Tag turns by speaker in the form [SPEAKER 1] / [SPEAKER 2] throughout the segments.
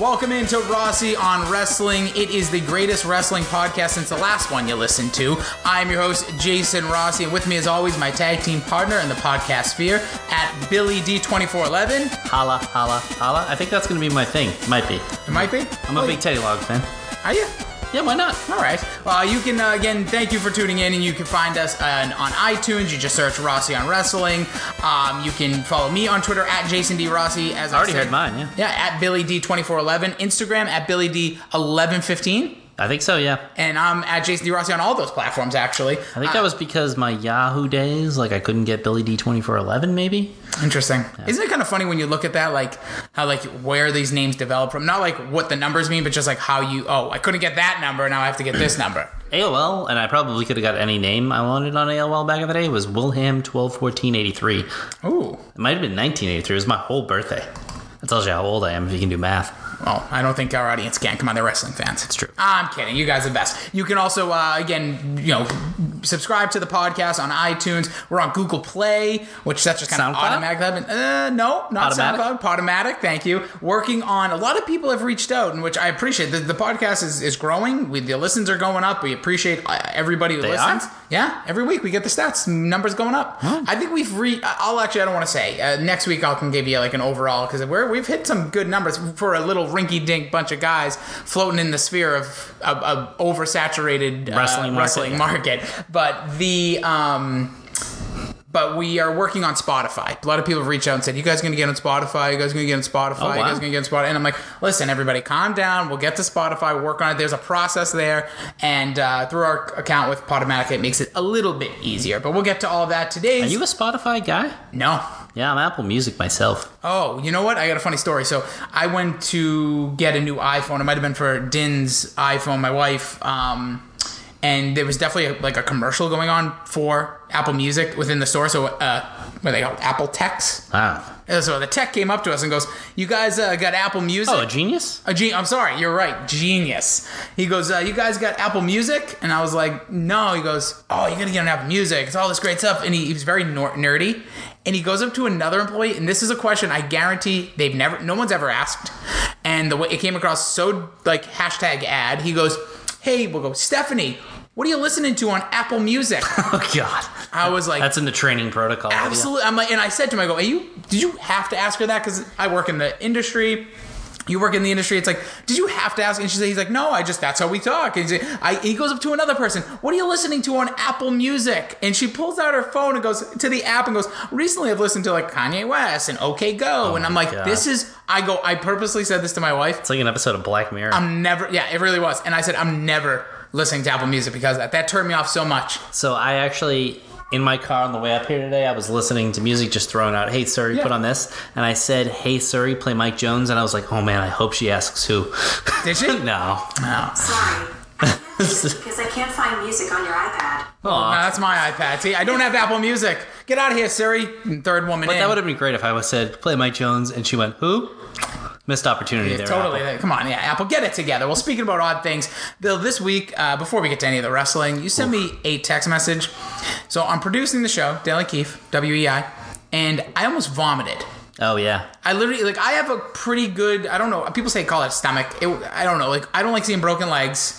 [SPEAKER 1] Welcome into Rossi on Wrestling. It is the greatest wrestling podcast since the last one you listened to. I'm your host, Jason Rossi, and with me, as always, my tag team partner in the podcast sphere at Billy D2411.
[SPEAKER 2] Holla, holla, holla. I think that's going to be my thing. Might be.
[SPEAKER 1] It might be. Oh,
[SPEAKER 2] I'm a big Teddy Long fan.
[SPEAKER 1] Are you?
[SPEAKER 2] Oh, Yeah, why not?
[SPEAKER 1] All right. Well, you can, uh, again, thank you for tuning in, and you can find us on, on iTunes. You just search Rossi on Wrestling. Um, you can follow me on Twitter at Jason D. Rossi. As I
[SPEAKER 2] I already
[SPEAKER 1] said.
[SPEAKER 2] heard mine, yeah.
[SPEAKER 1] Yeah, at Billy D2411. Instagram at Billy D1115.
[SPEAKER 2] I think so, yeah.
[SPEAKER 1] And I'm at Jason D. Rossi on all those platforms, actually.
[SPEAKER 2] I think that was because my Yahoo days, like I couldn't get Billy D2411, maybe?
[SPEAKER 1] Uh, Interesting. Isn't it kind of funny when you look at that, like how like where these names develop from? Not like what the numbers mean, but just like how you. Oh, I couldn't get that number. Now I have to get this number.
[SPEAKER 2] AOL, and I probably could have got any name I wanted on AOL back in the day, was Wilhelm121483. It
[SPEAKER 1] Ooh.
[SPEAKER 2] might have been 1983. It was my whole birthday. That tells you how old I am if you can do math.
[SPEAKER 1] Well, Oh, I don't think our audience can. Come on, they're wrestling fans. It's
[SPEAKER 2] true.
[SPEAKER 1] I'm kidding. You guys are the best. You can also, uh, again, you know, subscribe to the podcast on iTunes. We're on Google Play, which that's just kind
[SPEAKER 2] SoundCloud?
[SPEAKER 1] of automatic. Uh, no, not
[SPEAKER 2] Automatic?
[SPEAKER 1] SoundCloud. Podomatic. Thank you. Working on. A lot of people have reached out, and which I appreciate. The, the podcast is, is growing. We, the listens are going up. We appreciate uh, everybody who
[SPEAKER 2] They
[SPEAKER 1] listens.
[SPEAKER 2] are?
[SPEAKER 1] Yeah, every week we get the stats, numbers going up. I think we've re. I'll actually, I don't want to say. Uh, next week I can give you like an overall because we're we've hit some good numbers for a little rinky-dink bunch of guys floating in the sphere of a, a oversaturated uh,
[SPEAKER 2] Wrestling market.
[SPEAKER 1] wrestling market. But the um. But we are working on Spotify. A lot of people have reached out and said, "You guys going to get on Spotify? You guys going to get on Spotify?
[SPEAKER 2] Oh,
[SPEAKER 1] You
[SPEAKER 2] wow.
[SPEAKER 1] guys going to get on Spotify?" And I'm like, "Listen, everybody, calm down. We'll get to Spotify. Work on it. There's a process there, and uh, through our account with Podomatic, it makes it a little bit easier. But we'll get to all that today.
[SPEAKER 2] Are you a Spotify guy?
[SPEAKER 1] no,
[SPEAKER 2] Yeah, I'm Apple Music myself.
[SPEAKER 1] Oh, you know what? I got a funny story. So I went to get a new iPhone. It might have been for Din's iPhone, my wife. Um, and there was definitely like a commercial going on for Apple Music within the store. So uh, what are they called? Apple Techs.
[SPEAKER 2] Ah.
[SPEAKER 1] And so the tech came up to us and goes, "You guys uh, got Apple Music?"
[SPEAKER 2] Oh, a genius?
[SPEAKER 1] A gen- I'm sorry, you're right. Genius. He goes, uh, You guys got Apple Music? And I was like, No. He goes, Oh, you're going to get an Apple Music. It's all this great stuff. And he, he was very nor- nerdy. And he goes up to another employee, and this is a question I guarantee they've never, no one's ever asked. And the way it came across so like hashtag ad, he goes, Hey, we'll go, Stephanie, what are you listening to on Apple Music?
[SPEAKER 2] Oh, God.
[SPEAKER 1] I was like,
[SPEAKER 2] That's in the training protocol. yeah.
[SPEAKER 1] Absolutely. I'm like, and I said to him, I go, Are you, did you have to ask her that? Because I work in the industry. You work in the industry. It's like, did you have to ask? And she said, he's like, no, I just, that's how we talk. And he's like- I, he goes up to another person. What are you listening to on Apple Music? And she pulls out her phone and goes to the app and goes, recently I've listened to like Kanye West and OK Go. and I'm
[SPEAKER 2] Oh my
[SPEAKER 1] like,
[SPEAKER 2] God.
[SPEAKER 1] this is, I go, I purposely said this to my wife.
[SPEAKER 2] It's like an episode of Black Mirror.
[SPEAKER 1] I'm never, yeah, it really was. And I said, I'm never listening to Apple Music because of that. That turned me off so much.
[SPEAKER 2] So I actually in my car on the way up here today, I was listening to music just thrown out. Hey Siri,
[SPEAKER 1] Yeah.
[SPEAKER 2] put on this, and I said, "Hey Siri, play Mike Jones," and I was like, "Oh man, I hope she asks who."
[SPEAKER 1] Did she?
[SPEAKER 2] no.
[SPEAKER 1] No.
[SPEAKER 3] Sorry. I can't do because I can't find music on your iPad.
[SPEAKER 1] Oh, No,
[SPEAKER 2] Aw.
[SPEAKER 1] that's my iPad. See, I don't have Apple Music. Get out of here, Siri. And Third woman in.
[SPEAKER 2] That would have been great if I was said, "Play Mike Jones," and she went, "Who?" Missed opportunity there.
[SPEAKER 1] totally.
[SPEAKER 2] Apple.
[SPEAKER 1] Come on, yeah, Apple, get it together. Well, speaking about odd things, Bill, this week, uh, before we get to any of the wrestling, you sent me a text message. So I'm producing the show, Daily Keefe, WEI, E and I almost vomited.
[SPEAKER 2] Oh yeah.
[SPEAKER 1] I literally like I have a pretty good I don't know people say call it stomach it, I don't know like I don't like seeing broken legs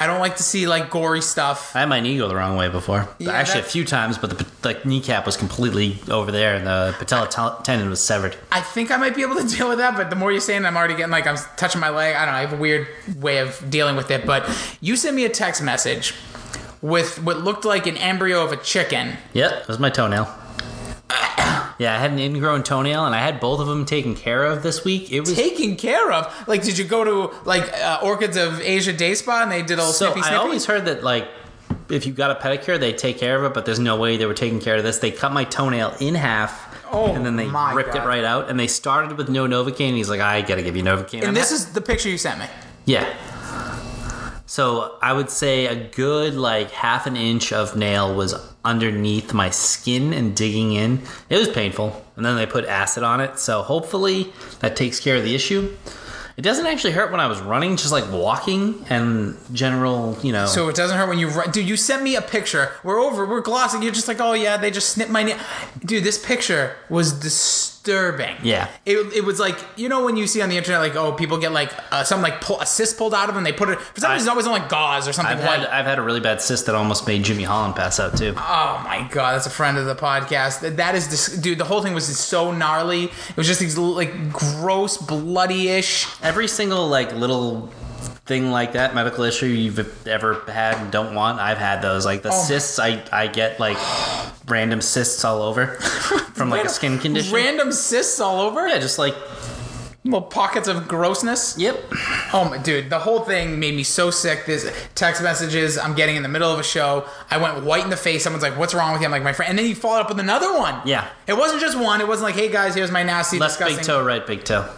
[SPEAKER 1] I don't like to see like gory stuff
[SPEAKER 2] I had my knee go the wrong way before.
[SPEAKER 1] Yeah,
[SPEAKER 2] Actually, a
[SPEAKER 1] that-
[SPEAKER 2] few times, but the like kneecap was completely over there, and the patella t- tendon was severed.
[SPEAKER 1] I think I might be able to deal with that, but the more you're saying, I'm already getting like I'm touching my leg. I don't know. I have a weird way of dealing with it. But you sent me a text message with what looked like an embryo of a chicken.
[SPEAKER 2] Yep, it was my toenail. yeah, I had an ingrown toenail, and I had both of them taken care of this week. It was
[SPEAKER 1] Taken care of. Like, did you go to like uh, Orchids of Asia Day Spa and they did a little
[SPEAKER 2] so.
[SPEAKER 1] snippy
[SPEAKER 2] I
[SPEAKER 1] snippy?
[SPEAKER 2] always heard that like if you got a pedicure, they take care of it, but there's no way they were taking care of this. They cut my toenail in half.
[SPEAKER 1] Oh,
[SPEAKER 2] and then they
[SPEAKER 1] my
[SPEAKER 2] ripped
[SPEAKER 1] God.
[SPEAKER 2] it right out, and they started with no Novocaine. And he's like, "I gotta give you Novocaine." I'm
[SPEAKER 1] and this is the picture you sent me.
[SPEAKER 2] Yeah. So I would say a good like half an inch of nail was underneath my skin and digging in. It was painful. And then they put acid on it. So hopefully that takes care of the issue. It doesn't actually hurt when I was running, just like walking and general, you know.
[SPEAKER 1] So it doesn't hurt when you run. Dude, you sent me a picture. We're over. We're glossing. You're just like, oh yeah, they just snipped my knee. Dude, this picture was dis- disturbing.
[SPEAKER 2] Yeah.
[SPEAKER 1] It, it was like, you know, when you see on the internet, like, oh, people get like uh, something like pull, a cyst pulled out of them, they put it, for some
[SPEAKER 2] I-
[SPEAKER 1] reason, it's always on like gauze or something
[SPEAKER 2] I've
[SPEAKER 1] white.
[SPEAKER 2] had I've had a really bad cyst that almost made Jimmy Holland pass out too.
[SPEAKER 1] Oh my god, that's a friend of the podcast. That- That is, dis- dude. The whole thing was just so gnarly. It was just these little, like gross, bloody-ish.
[SPEAKER 2] Every single like little thing like that medical issue you've ever had and don't want, I've had those. Like the
[SPEAKER 1] Oh my-
[SPEAKER 2] cysts, I I get like random cysts all over from like a skin condition.
[SPEAKER 1] Random cysts all over.
[SPEAKER 2] yeah, just like
[SPEAKER 1] Little pockets of grossness.
[SPEAKER 2] yep.
[SPEAKER 1] Oh my dude, the whole thing made me so sick. This text messages I'm getting in the middle of a show. I went white in the face. Someone's like, "What's wrong with you?" I'm like, "My friend." And then you followed up with another one.
[SPEAKER 2] Yeah.
[SPEAKER 1] It wasn't just one. It wasn't like, "Hey guys, here's my nasty
[SPEAKER 2] Left
[SPEAKER 1] disgusting."
[SPEAKER 2] big toe, right big toe.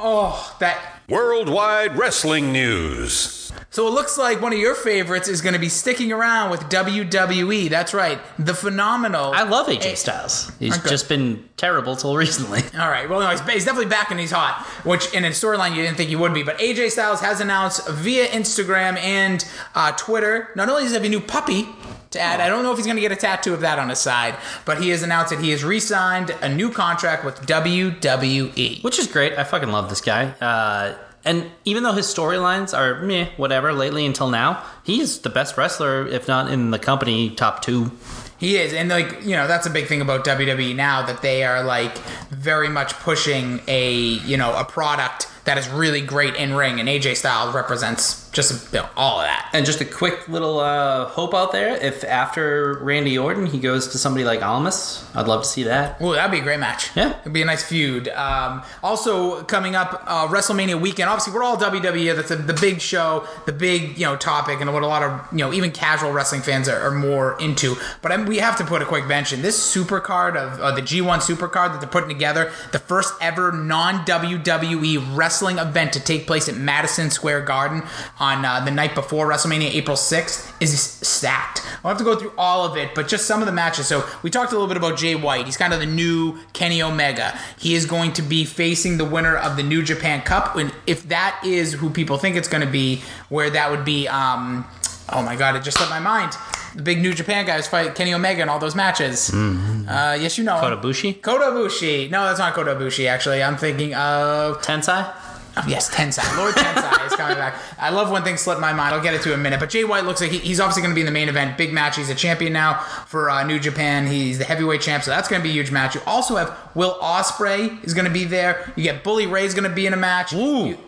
[SPEAKER 1] Oh, that
[SPEAKER 4] Worldwide Wrestling News.
[SPEAKER 1] So it looks like one of your favorites is going to be sticking around with WWE. That's right, the phenomenal.
[SPEAKER 2] I love
[SPEAKER 1] Eh,
[SPEAKER 2] AJ Styles. He's
[SPEAKER 1] Okay.
[SPEAKER 2] just been terrible till recently.
[SPEAKER 1] All right, well, no, he's, he's definitely back and he's hot, which in a storyline you didn't think he would be. But AJ Styles has announced via Instagram and uh, Twitter. Not only does he have a new puppy to add, I don't know if he's going to get a tattoo of that on his side, but he has announced that he has re-signed a new contract with E. WWE.
[SPEAKER 2] which is great. I fucking love this guy. Uh, and even though his storylines are meh, whatever, lately until now, he's the best wrestler, if not in the company, top two.
[SPEAKER 1] He is, and like you know, that's a big thing about WWE now that they are like very much pushing a you know a product that is really great in ring, and AJ Styles represents just you know, all of that.
[SPEAKER 2] And just a quick little uh, hope out there: if after Randy Orton he goes to somebody like Almas, I'd love to see that.
[SPEAKER 1] Ooh, that'd be a great match.
[SPEAKER 2] Yeah.
[SPEAKER 1] it'd be a nice feud. Um, also coming up, uh, WrestleMania weekend. Obviously, we're all WWE. That's a, the big show, the big you know topic, and what a lot of you know even casual wrestling fans are, are more into. But I'm, we have to put a quick mention. This super card of uh, the G1 super card that they're putting together, the first ever non WWE wrestling event to take place at Madison Square Garden on uh, the night before WrestleMania, April 6th, is stacked. I'll have to go through all of it, but just some of the matches. So we talked a little bit about Jay White. He's kind of the new Kenny Omega. He is going to be facing the winner of the New Japan Cup. And if that is who people think it's going to be, where that would be, um, oh my God, it just left my mind. The big New Japan guys fight Kenny Omega in all those matches. Uh, yes, you know. him.
[SPEAKER 2] Mm-hmm. Kota Ibushi?
[SPEAKER 1] Kota Ibushi. No, that's not Kota Ibushi, actually. I'm thinking of
[SPEAKER 2] Tensai.
[SPEAKER 1] Oh, yes, Tensai. Lord Tensai is coming back. I love when things slip my mind. I'll get it to in a minute. But Jay White looks like he, he's obviously going to be in the main event. Big match. He's a champion now for uh, New Japan. He's the heavyweight champ, so that's going to be a huge match. You also have Will Osprey is going to be there. You get Bully Ray's going to be in a match.
[SPEAKER 2] Ooh.
[SPEAKER 1] You-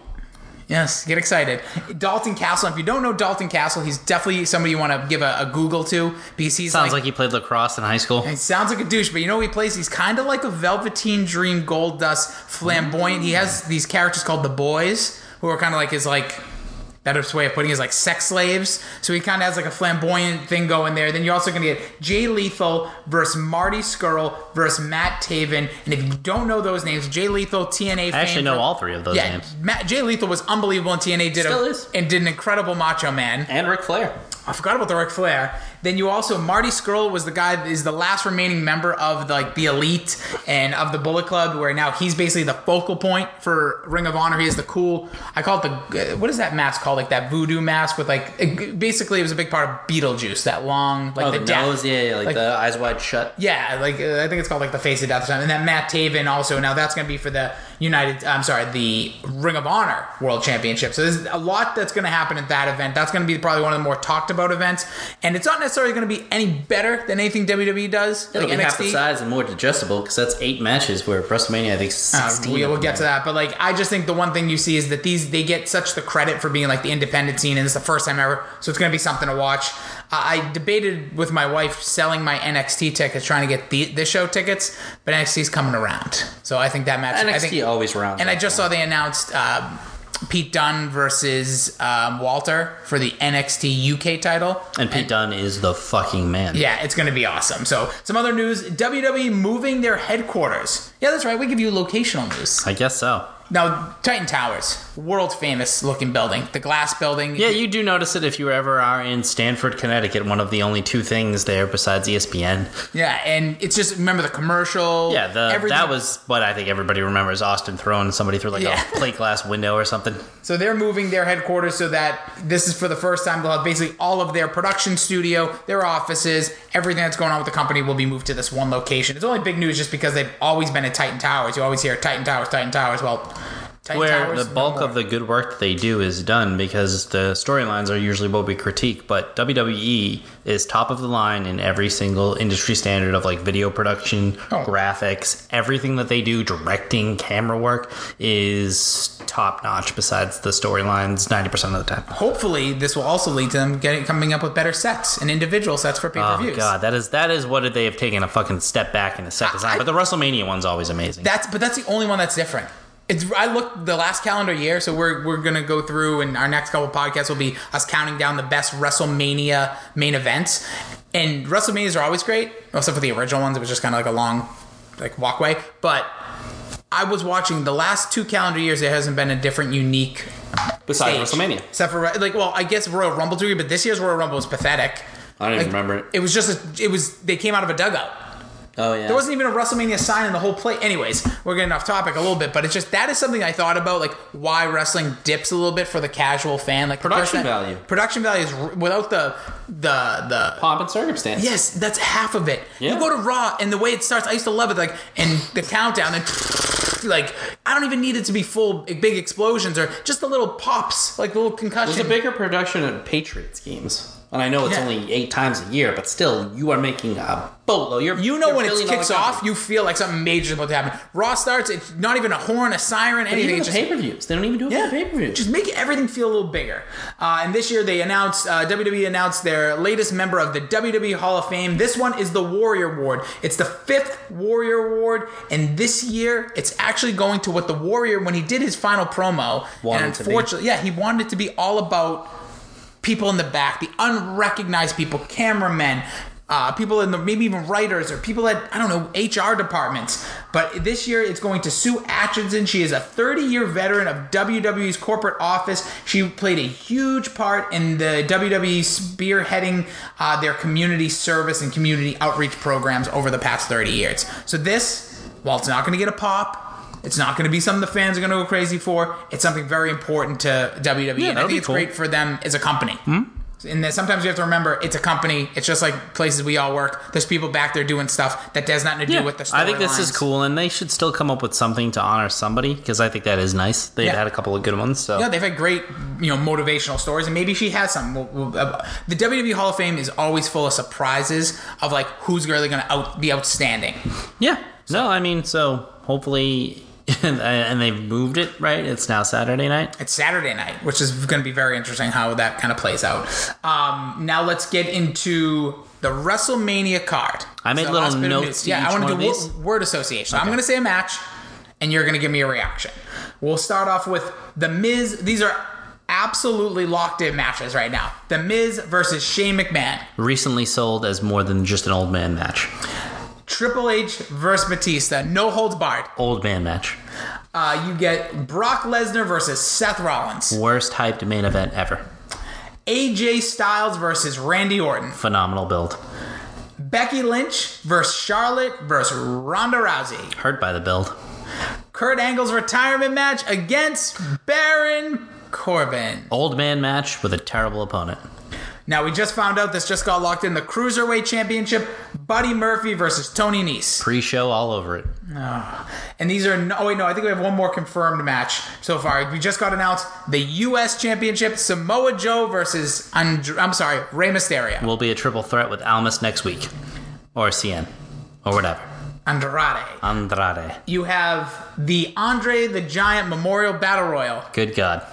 [SPEAKER 1] Yes, get excited. Dalton Castle. If you don't know Dalton Castle, he's definitely somebody you want to give a, a Google to because he's
[SPEAKER 2] Sounds
[SPEAKER 1] like
[SPEAKER 2] like he played lacrosse in high school.
[SPEAKER 1] he sounds like a douche, but you know what he plays? He's kind of like a Velveteen Dream Gold Dust flamboyant. He has these characters called the Boys, who are kind of like his like better way of putting it is like sex slaves. So he kind of has like a flamboyant thing going there. Then you're also going to get Jay Lethal versus Marty Skrull versus Matt Taven. And if you don't know those names, Jay Lethal, TNA.
[SPEAKER 2] I actually know all three of those
[SPEAKER 1] Yeah,
[SPEAKER 2] names.
[SPEAKER 1] Matt, Jay Lethal was unbelievable in TNA. Did
[SPEAKER 2] Still
[SPEAKER 1] a,
[SPEAKER 2] is.
[SPEAKER 1] and did an incredible Macho Man.
[SPEAKER 2] And Ric Flair.
[SPEAKER 1] I forgot about the Ric Flair. Then you also Marty Skrull was the guy that is the last remaining member of the, like the elite and of the Bullet Club, where now he's basically the focal point for Ring of Honor. He is the cool. I call it the what is that mask called? Like that voodoo mask with like it- basically it was a big part of Beetlejuice. That long like
[SPEAKER 2] Oh,
[SPEAKER 1] the,
[SPEAKER 2] the,
[SPEAKER 1] death-
[SPEAKER 2] nose, yeah, yeah, like,
[SPEAKER 1] like-
[SPEAKER 2] the eyes wide shut.
[SPEAKER 1] yeah, like uh, I think it's called like the face of death or something. And then Matt Taven also. Now that's going to be for the United. I'm sorry, the Ring of Honor World Championship. So there's a lot that's going to happen at that event. That's going to be probably one of the more talked about events. And it's not necessarily going to be any better than anything WWE does.
[SPEAKER 2] It'll
[SPEAKER 1] like
[SPEAKER 2] be half the
[SPEAKER 1] NXT.
[SPEAKER 2] size and more digestible because that's eight matches. Where WrestleMania, I think
[SPEAKER 1] Uh,
[SPEAKER 2] sixteen.
[SPEAKER 1] we will get to that, but like I just think the one thing you see is that these they get such the credit for being like the independent scene, and it's the first time ever, so it's gonna be something to watch. I I debated with my wife selling my NXT tickets, trying to get the this show tickets, but NXT's coming around, so I think that match.
[SPEAKER 2] NXT
[SPEAKER 1] I think,
[SPEAKER 2] always rounds.
[SPEAKER 1] and I
[SPEAKER 2] up.
[SPEAKER 1] just saw they announced um, Pete Dunne versus um, Walter for the NXT UK title.
[SPEAKER 2] And Pete Dunne is the fucking man.
[SPEAKER 1] Yeah, it's going to be awesome. So, some other E news WWE moving their headquarters. Yeah, that's right. We give you locational news.
[SPEAKER 2] I guess so.
[SPEAKER 1] Now, Titan Towers, world famous looking building, the glass building.
[SPEAKER 2] Yeah, you do notice it if you ever are in Stanford, Connecticut, one of the only two things there besides E ESPN.
[SPEAKER 1] Yeah, and it's just remember the commercial.
[SPEAKER 2] Yeah, the,
[SPEAKER 1] everything.
[SPEAKER 2] that was what I think everybody remembers Austin throwing somebody through like
[SPEAKER 1] Yeah.
[SPEAKER 2] a plate glass window or something.
[SPEAKER 1] So they're moving their headquarters so that this is for the first time they'll have basically all of their production studio, their offices, everything that's going on with the company will be moved to this one location. It's only big news just because they've always been at Titan Towers. You always hear Titan Towers, Titan Towers. Well, Titan
[SPEAKER 2] Where
[SPEAKER 1] Towers,
[SPEAKER 2] the
[SPEAKER 1] no
[SPEAKER 2] bulk
[SPEAKER 1] more.
[SPEAKER 2] of the good work that they do is done because the storylines are usually what we critique, but WWE is top of the line in every single industry standard of like video production,
[SPEAKER 1] Oh.
[SPEAKER 2] graphics, everything that they do, directing, camera work is top notch besides the storylines 90% of the time.
[SPEAKER 1] hopefully this will also lead to them getting coming up with better sets and individual sets for pay per
[SPEAKER 2] Oh
[SPEAKER 1] views.
[SPEAKER 2] god, that is that is what they have taken a fucking step back in the second
[SPEAKER 1] I-
[SPEAKER 2] time. But the WrestleMania one's always amazing.
[SPEAKER 1] That's but that's the only one that's different. It's I looked the last calendar year, so we're we're gonna go through, and our next couple podcasts will be us counting down the best WrestleMania main events. And WrestleManias are always great, except for the original ones. It was just kind of like a long like walkway, but. I was watching the last two calendar years. There hasn't been a different, unique
[SPEAKER 2] besides
[SPEAKER 1] stage. Except for like, well, I guess Royal Rumble to a degree, but this year's Royal Rumble was pathetic.
[SPEAKER 2] I don't even
[SPEAKER 1] Like,
[SPEAKER 2] remember it.
[SPEAKER 1] It was just a, it was they came out of a dugout.
[SPEAKER 2] Oh yeah.
[SPEAKER 1] There wasn't even a WrestleMania sign in the whole play. Anyways, we're getting off topic a little bit, but it's just that is something I thought about, like why wrestling dips a little bit for the casual fan, like the
[SPEAKER 2] Production
[SPEAKER 1] person that-
[SPEAKER 2] value.
[SPEAKER 1] Production value is r- without the the the
[SPEAKER 2] pomp and circumstance.
[SPEAKER 1] Yes, that's half of it.
[SPEAKER 2] Yeah.
[SPEAKER 1] You go to Raw and the way it starts, I used to love it. Like and the countdown and like I don't even need it to be full big explosions or just the little pops, like little concussion.
[SPEAKER 2] There's a bigger production at Patriots games. And I know it's
[SPEAKER 1] Yeah.
[SPEAKER 2] only eight times a year, but still, you are making a boatload. You're,
[SPEAKER 1] You know
[SPEAKER 2] you're
[SPEAKER 1] when
[SPEAKER 2] billion
[SPEAKER 1] it
[SPEAKER 2] dollar
[SPEAKER 1] kicks
[SPEAKER 2] company.
[SPEAKER 1] off, you feel like something major is about to happen. Raw starts, it's not even a horn, a siren,
[SPEAKER 2] But
[SPEAKER 1] anything.
[SPEAKER 2] even
[SPEAKER 1] It's
[SPEAKER 2] the
[SPEAKER 1] just
[SPEAKER 2] pay per views. They don't even do it for the pay per views.
[SPEAKER 1] Just make everything feel a little bigger. Uh, and this year they announced, uh, WWE announced their latest member of the WWE Hall of Fame. This one is the Warrior Award. It's the fifth Warrior Award. And this year it's actually going to what the Warrior, when he did his final promo,
[SPEAKER 2] Wanted
[SPEAKER 1] and
[SPEAKER 2] to be.
[SPEAKER 1] unfortunately, yeah, he wanted it to be all about people in the back, the unrecognized people, cameramen, uh, people in the maybe even writers or people at I don't know HR departments. But this year it's going to Sue Atchison. She is a 30-year veteran of WWE's corporate office. She played a huge part in the WWE spearheading uh, their community service and community outreach programs over the past 30 years. So this, while it's not going to get a pop. It's not going to be something the fans are going to go crazy for. It's something very important to WWE.
[SPEAKER 2] Yeah,
[SPEAKER 1] and I
[SPEAKER 2] that'll
[SPEAKER 1] think
[SPEAKER 2] be
[SPEAKER 1] it's
[SPEAKER 2] cool.
[SPEAKER 1] great for them as a company.
[SPEAKER 2] Hmm?
[SPEAKER 1] And then sometimes you have to remember it's a company. It's just like places we all work. There's people back there doing stuff that has nothing to do with the.
[SPEAKER 2] I think this is
[SPEAKER 1] storylines.
[SPEAKER 2] cool, and they should still come up with something to honor somebody because I think that is nice. They've
[SPEAKER 1] Yeah.
[SPEAKER 2] had a couple of good ones, so
[SPEAKER 1] Yeah, they've had great, you know, motivational stories, and maybe she has some. We'll- we'll- uh, The WWE Hall of Fame is always full of surprises of like who's really going to out, be outstanding.
[SPEAKER 2] Yeah. No, I mean, so hopefully, and they've moved it right. It's now Saturday night.
[SPEAKER 1] It's Saturday night, which is going to be very interesting how that kind of plays out. Um, now let's get into the WrestleMania card.
[SPEAKER 2] I made
[SPEAKER 1] So,
[SPEAKER 2] little
[SPEAKER 1] last bit of
[SPEAKER 2] notes
[SPEAKER 1] news.
[SPEAKER 2] to
[SPEAKER 1] yeah,
[SPEAKER 2] each
[SPEAKER 1] I want
[SPEAKER 2] one
[SPEAKER 1] to
[SPEAKER 2] of
[SPEAKER 1] do wo-
[SPEAKER 2] these.
[SPEAKER 1] word association. So I'm going to say a match, and you're going to give me a reaction. We'll start off with the Miz. These are absolutely locked in matches right now. The Miz versus Shane McMahon.
[SPEAKER 2] Recently sold as more than just an old man match.
[SPEAKER 1] Triple H versus Batista. No holds barred.
[SPEAKER 2] Old man match.
[SPEAKER 1] Uh, you get Brock Lesnar versus Seth Rollins.
[SPEAKER 2] Worst hyped main event ever.
[SPEAKER 1] AJ Styles versus Randy Orton.
[SPEAKER 2] Phenomenal build.
[SPEAKER 1] Becky Lynch versus Charlotte versus Ronda Rousey.
[SPEAKER 2] Hurt by the build.
[SPEAKER 1] Kurt Angle's retirement match against Baron Corbin.
[SPEAKER 2] Old man match with a terrible opponent.
[SPEAKER 1] Now we just found out this just got locked in the Cruiserweight Championship, Buddy Murphy versus Tony Nese.
[SPEAKER 2] Pre-show all over it.
[SPEAKER 1] And these are no oh wait, no, I think we have one more confirmed match so far. We just got announced the US Championship, Samoa Joe versus And- I'm sorry, Rey Mysterio.
[SPEAKER 2] Will be a triple threat with Almas next week, or CN, or whatever.
[SPEAKER 1] Andrade.
[SPEAKER 2] Andrade.
[SPEAKER 1] You have the Andre the Giant Memorial Battle Royal.
[SPEAKER 2] Good God.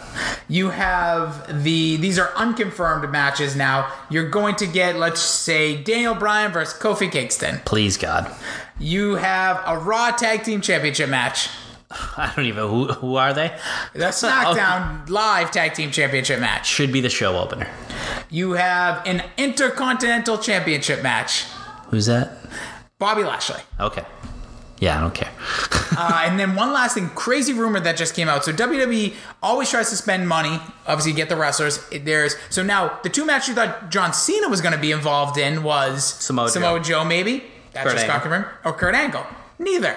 [SPEAKER 1] You have the these are unconfirmed matches now. You're going to get let's say Daniel Bryan versus Kofi Kingston.
[SPEAKER 2] Please God.
[SPEAKER 1] You have a Raw Tag Team Championship match.
[SPEAKER 2] I don't even. Who, who are they?
[SPEAKER 1] The SmackDown Live Tag Team Championship match.
[SPEAKER 2] Should be the show opener.
[SPEAKER 1] You have an Intercontinental Championship match.
[SPEAKER 2] Who's that?
[SPEAKER 1] Bobby Lashley.
[SPEAKER 2] Okay. Yeah, I don't care.
[SPEAKER 1] Uh, and then one last thing, crazy rumor that just came out. So WWE always tries to spend money, obviously get the wrestlers. There's so now the two matches that John Cena was going to be involved in was
[SPEAKER 2] Samoa Joe.
[SPEAKER 1] Joe maybe that
[SPEAKER 2] Kurt
[SPEAKER 1] just got
[SPEAKER 2] Angle.
[SPEAKER 1] confirmed, or Kurt Angle. Neither.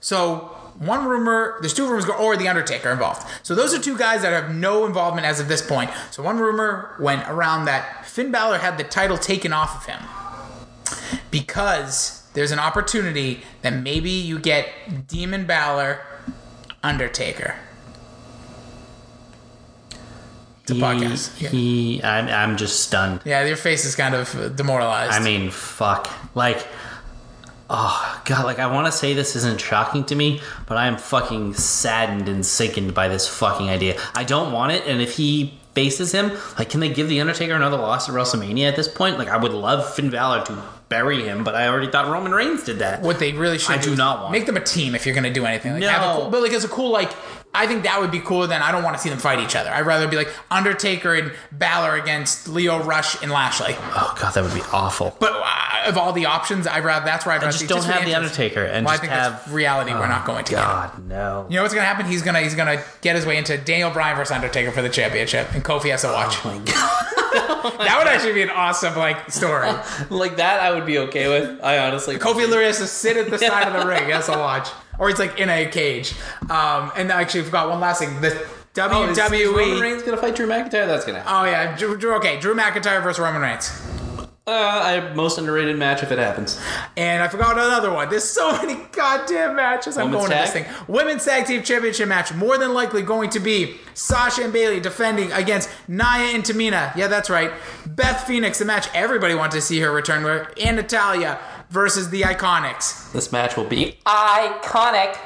[SPEAKER 1] So one rumor, there's two rumors, go- or the Undertaker involved. So those are two guys that have no involvement as of this point. So one rumor went around that Finn Balor had the title taken off of him because there's an opportunity that maybe you get Demon Balor, Undertaker.
[SPEAKER 2] he,
[SPEAKER 1] podcast. Yeah.
[SPEAKER 2] he, I'm, I'm just stunned.
[SPEAKER 1] Yeah, your face is kind of demoralized.
[SPEAKER 2] I mean, fuck. Like, oh god. Like, I want to say this isn't shocking to me, but I am fucking saddened and sickened by this fucking idea. I don't want it. And if he faces him, like, can they give the Undertaker another loss at WrestleMania at this point? Like, I would love Finn Balor to bury him, but I already thought Roman Reigns did that.
[SPEAKER 1] what they really should
[SPEAKER 2] I do
[SPEAKER 1] is
[SPEAKER 2] not want-
[SPEAKER 1] make them a team if you're going to do anything. Like, have a
[SPEAKER 2] No.
[SPEAKER 1] cool- but like it's a cool like. I think that would be cooler than I don't want to see them fight each other. I'd rather be like Undertaker and Balor against Leo Rush and Lashley.
[SPEAKER 2] Oh god, that would be awful.
[SPEAKER 1] But uh, of all the options, I'd rather that's where I'd rather
[SPEAKER 2] just
[SPEAKER 1] see-
[SPEAKER 2] don't
[SPEAKER 1] for
[SPEAKER 2] have the
[SPEAKER 1] entrance.
[SPEAKER 2] Undertaker and
[SPEAKER 1] well,
[SPEAKER 2] just
[SPEAKER 1] I think
[SPEAKER 2] have Oh,
[SPEAKER 1] that's reality. We're not going to.
[SPEAKER 2] God no.
[SPEAKER 1] You know what's gonna happen? He's gonna he's gonna get his way into Daniel Bryan versus Undertaker for the championship, and Kofi
[SPEAKER 2] Oh
[SPEAKER 1] has to watch. that would actually be an awesome like story.
[SPEAKER 2] like that, I would be okay with. I honestly.
[SPEAKER 1] Kofi literally has to sit at the side of the ring. He has to watch, or he's like in a cage. Um, and I actually forgot one last thing. The
[SPEAKER 2] Oh, is- is Roman
[SPEAKER 1] WWE.
[SPEAKER 2] Reigns gonna fight Drew McIntyre? That's gonna happen.
[SPEAKER 1] Oh yeah, Drew, Drew- okay, Drew McIntyre versus Roman Reigns,
[SPEAKER 2] Uh, I most underrated match if it happens.
[SPEAKER 1] and I forgot another one. There's so many goddamn matches. I'm
[SPEAKER 2] Women's
[SPEAKER 1] going to this
[SPEAKER 2] tag?
[SPEAKER 1] thing. Women's Tag Team Championship match, more than likely going to be Sasha and Bailey defending against Naya and Tamina. Yeah, that's right. Beth Phoenix, the match everybody wanted to see her return with, and Natalia versus the Iconics.
[SPEAKER 2] This match will be
[SPEAKER 5] Iconic.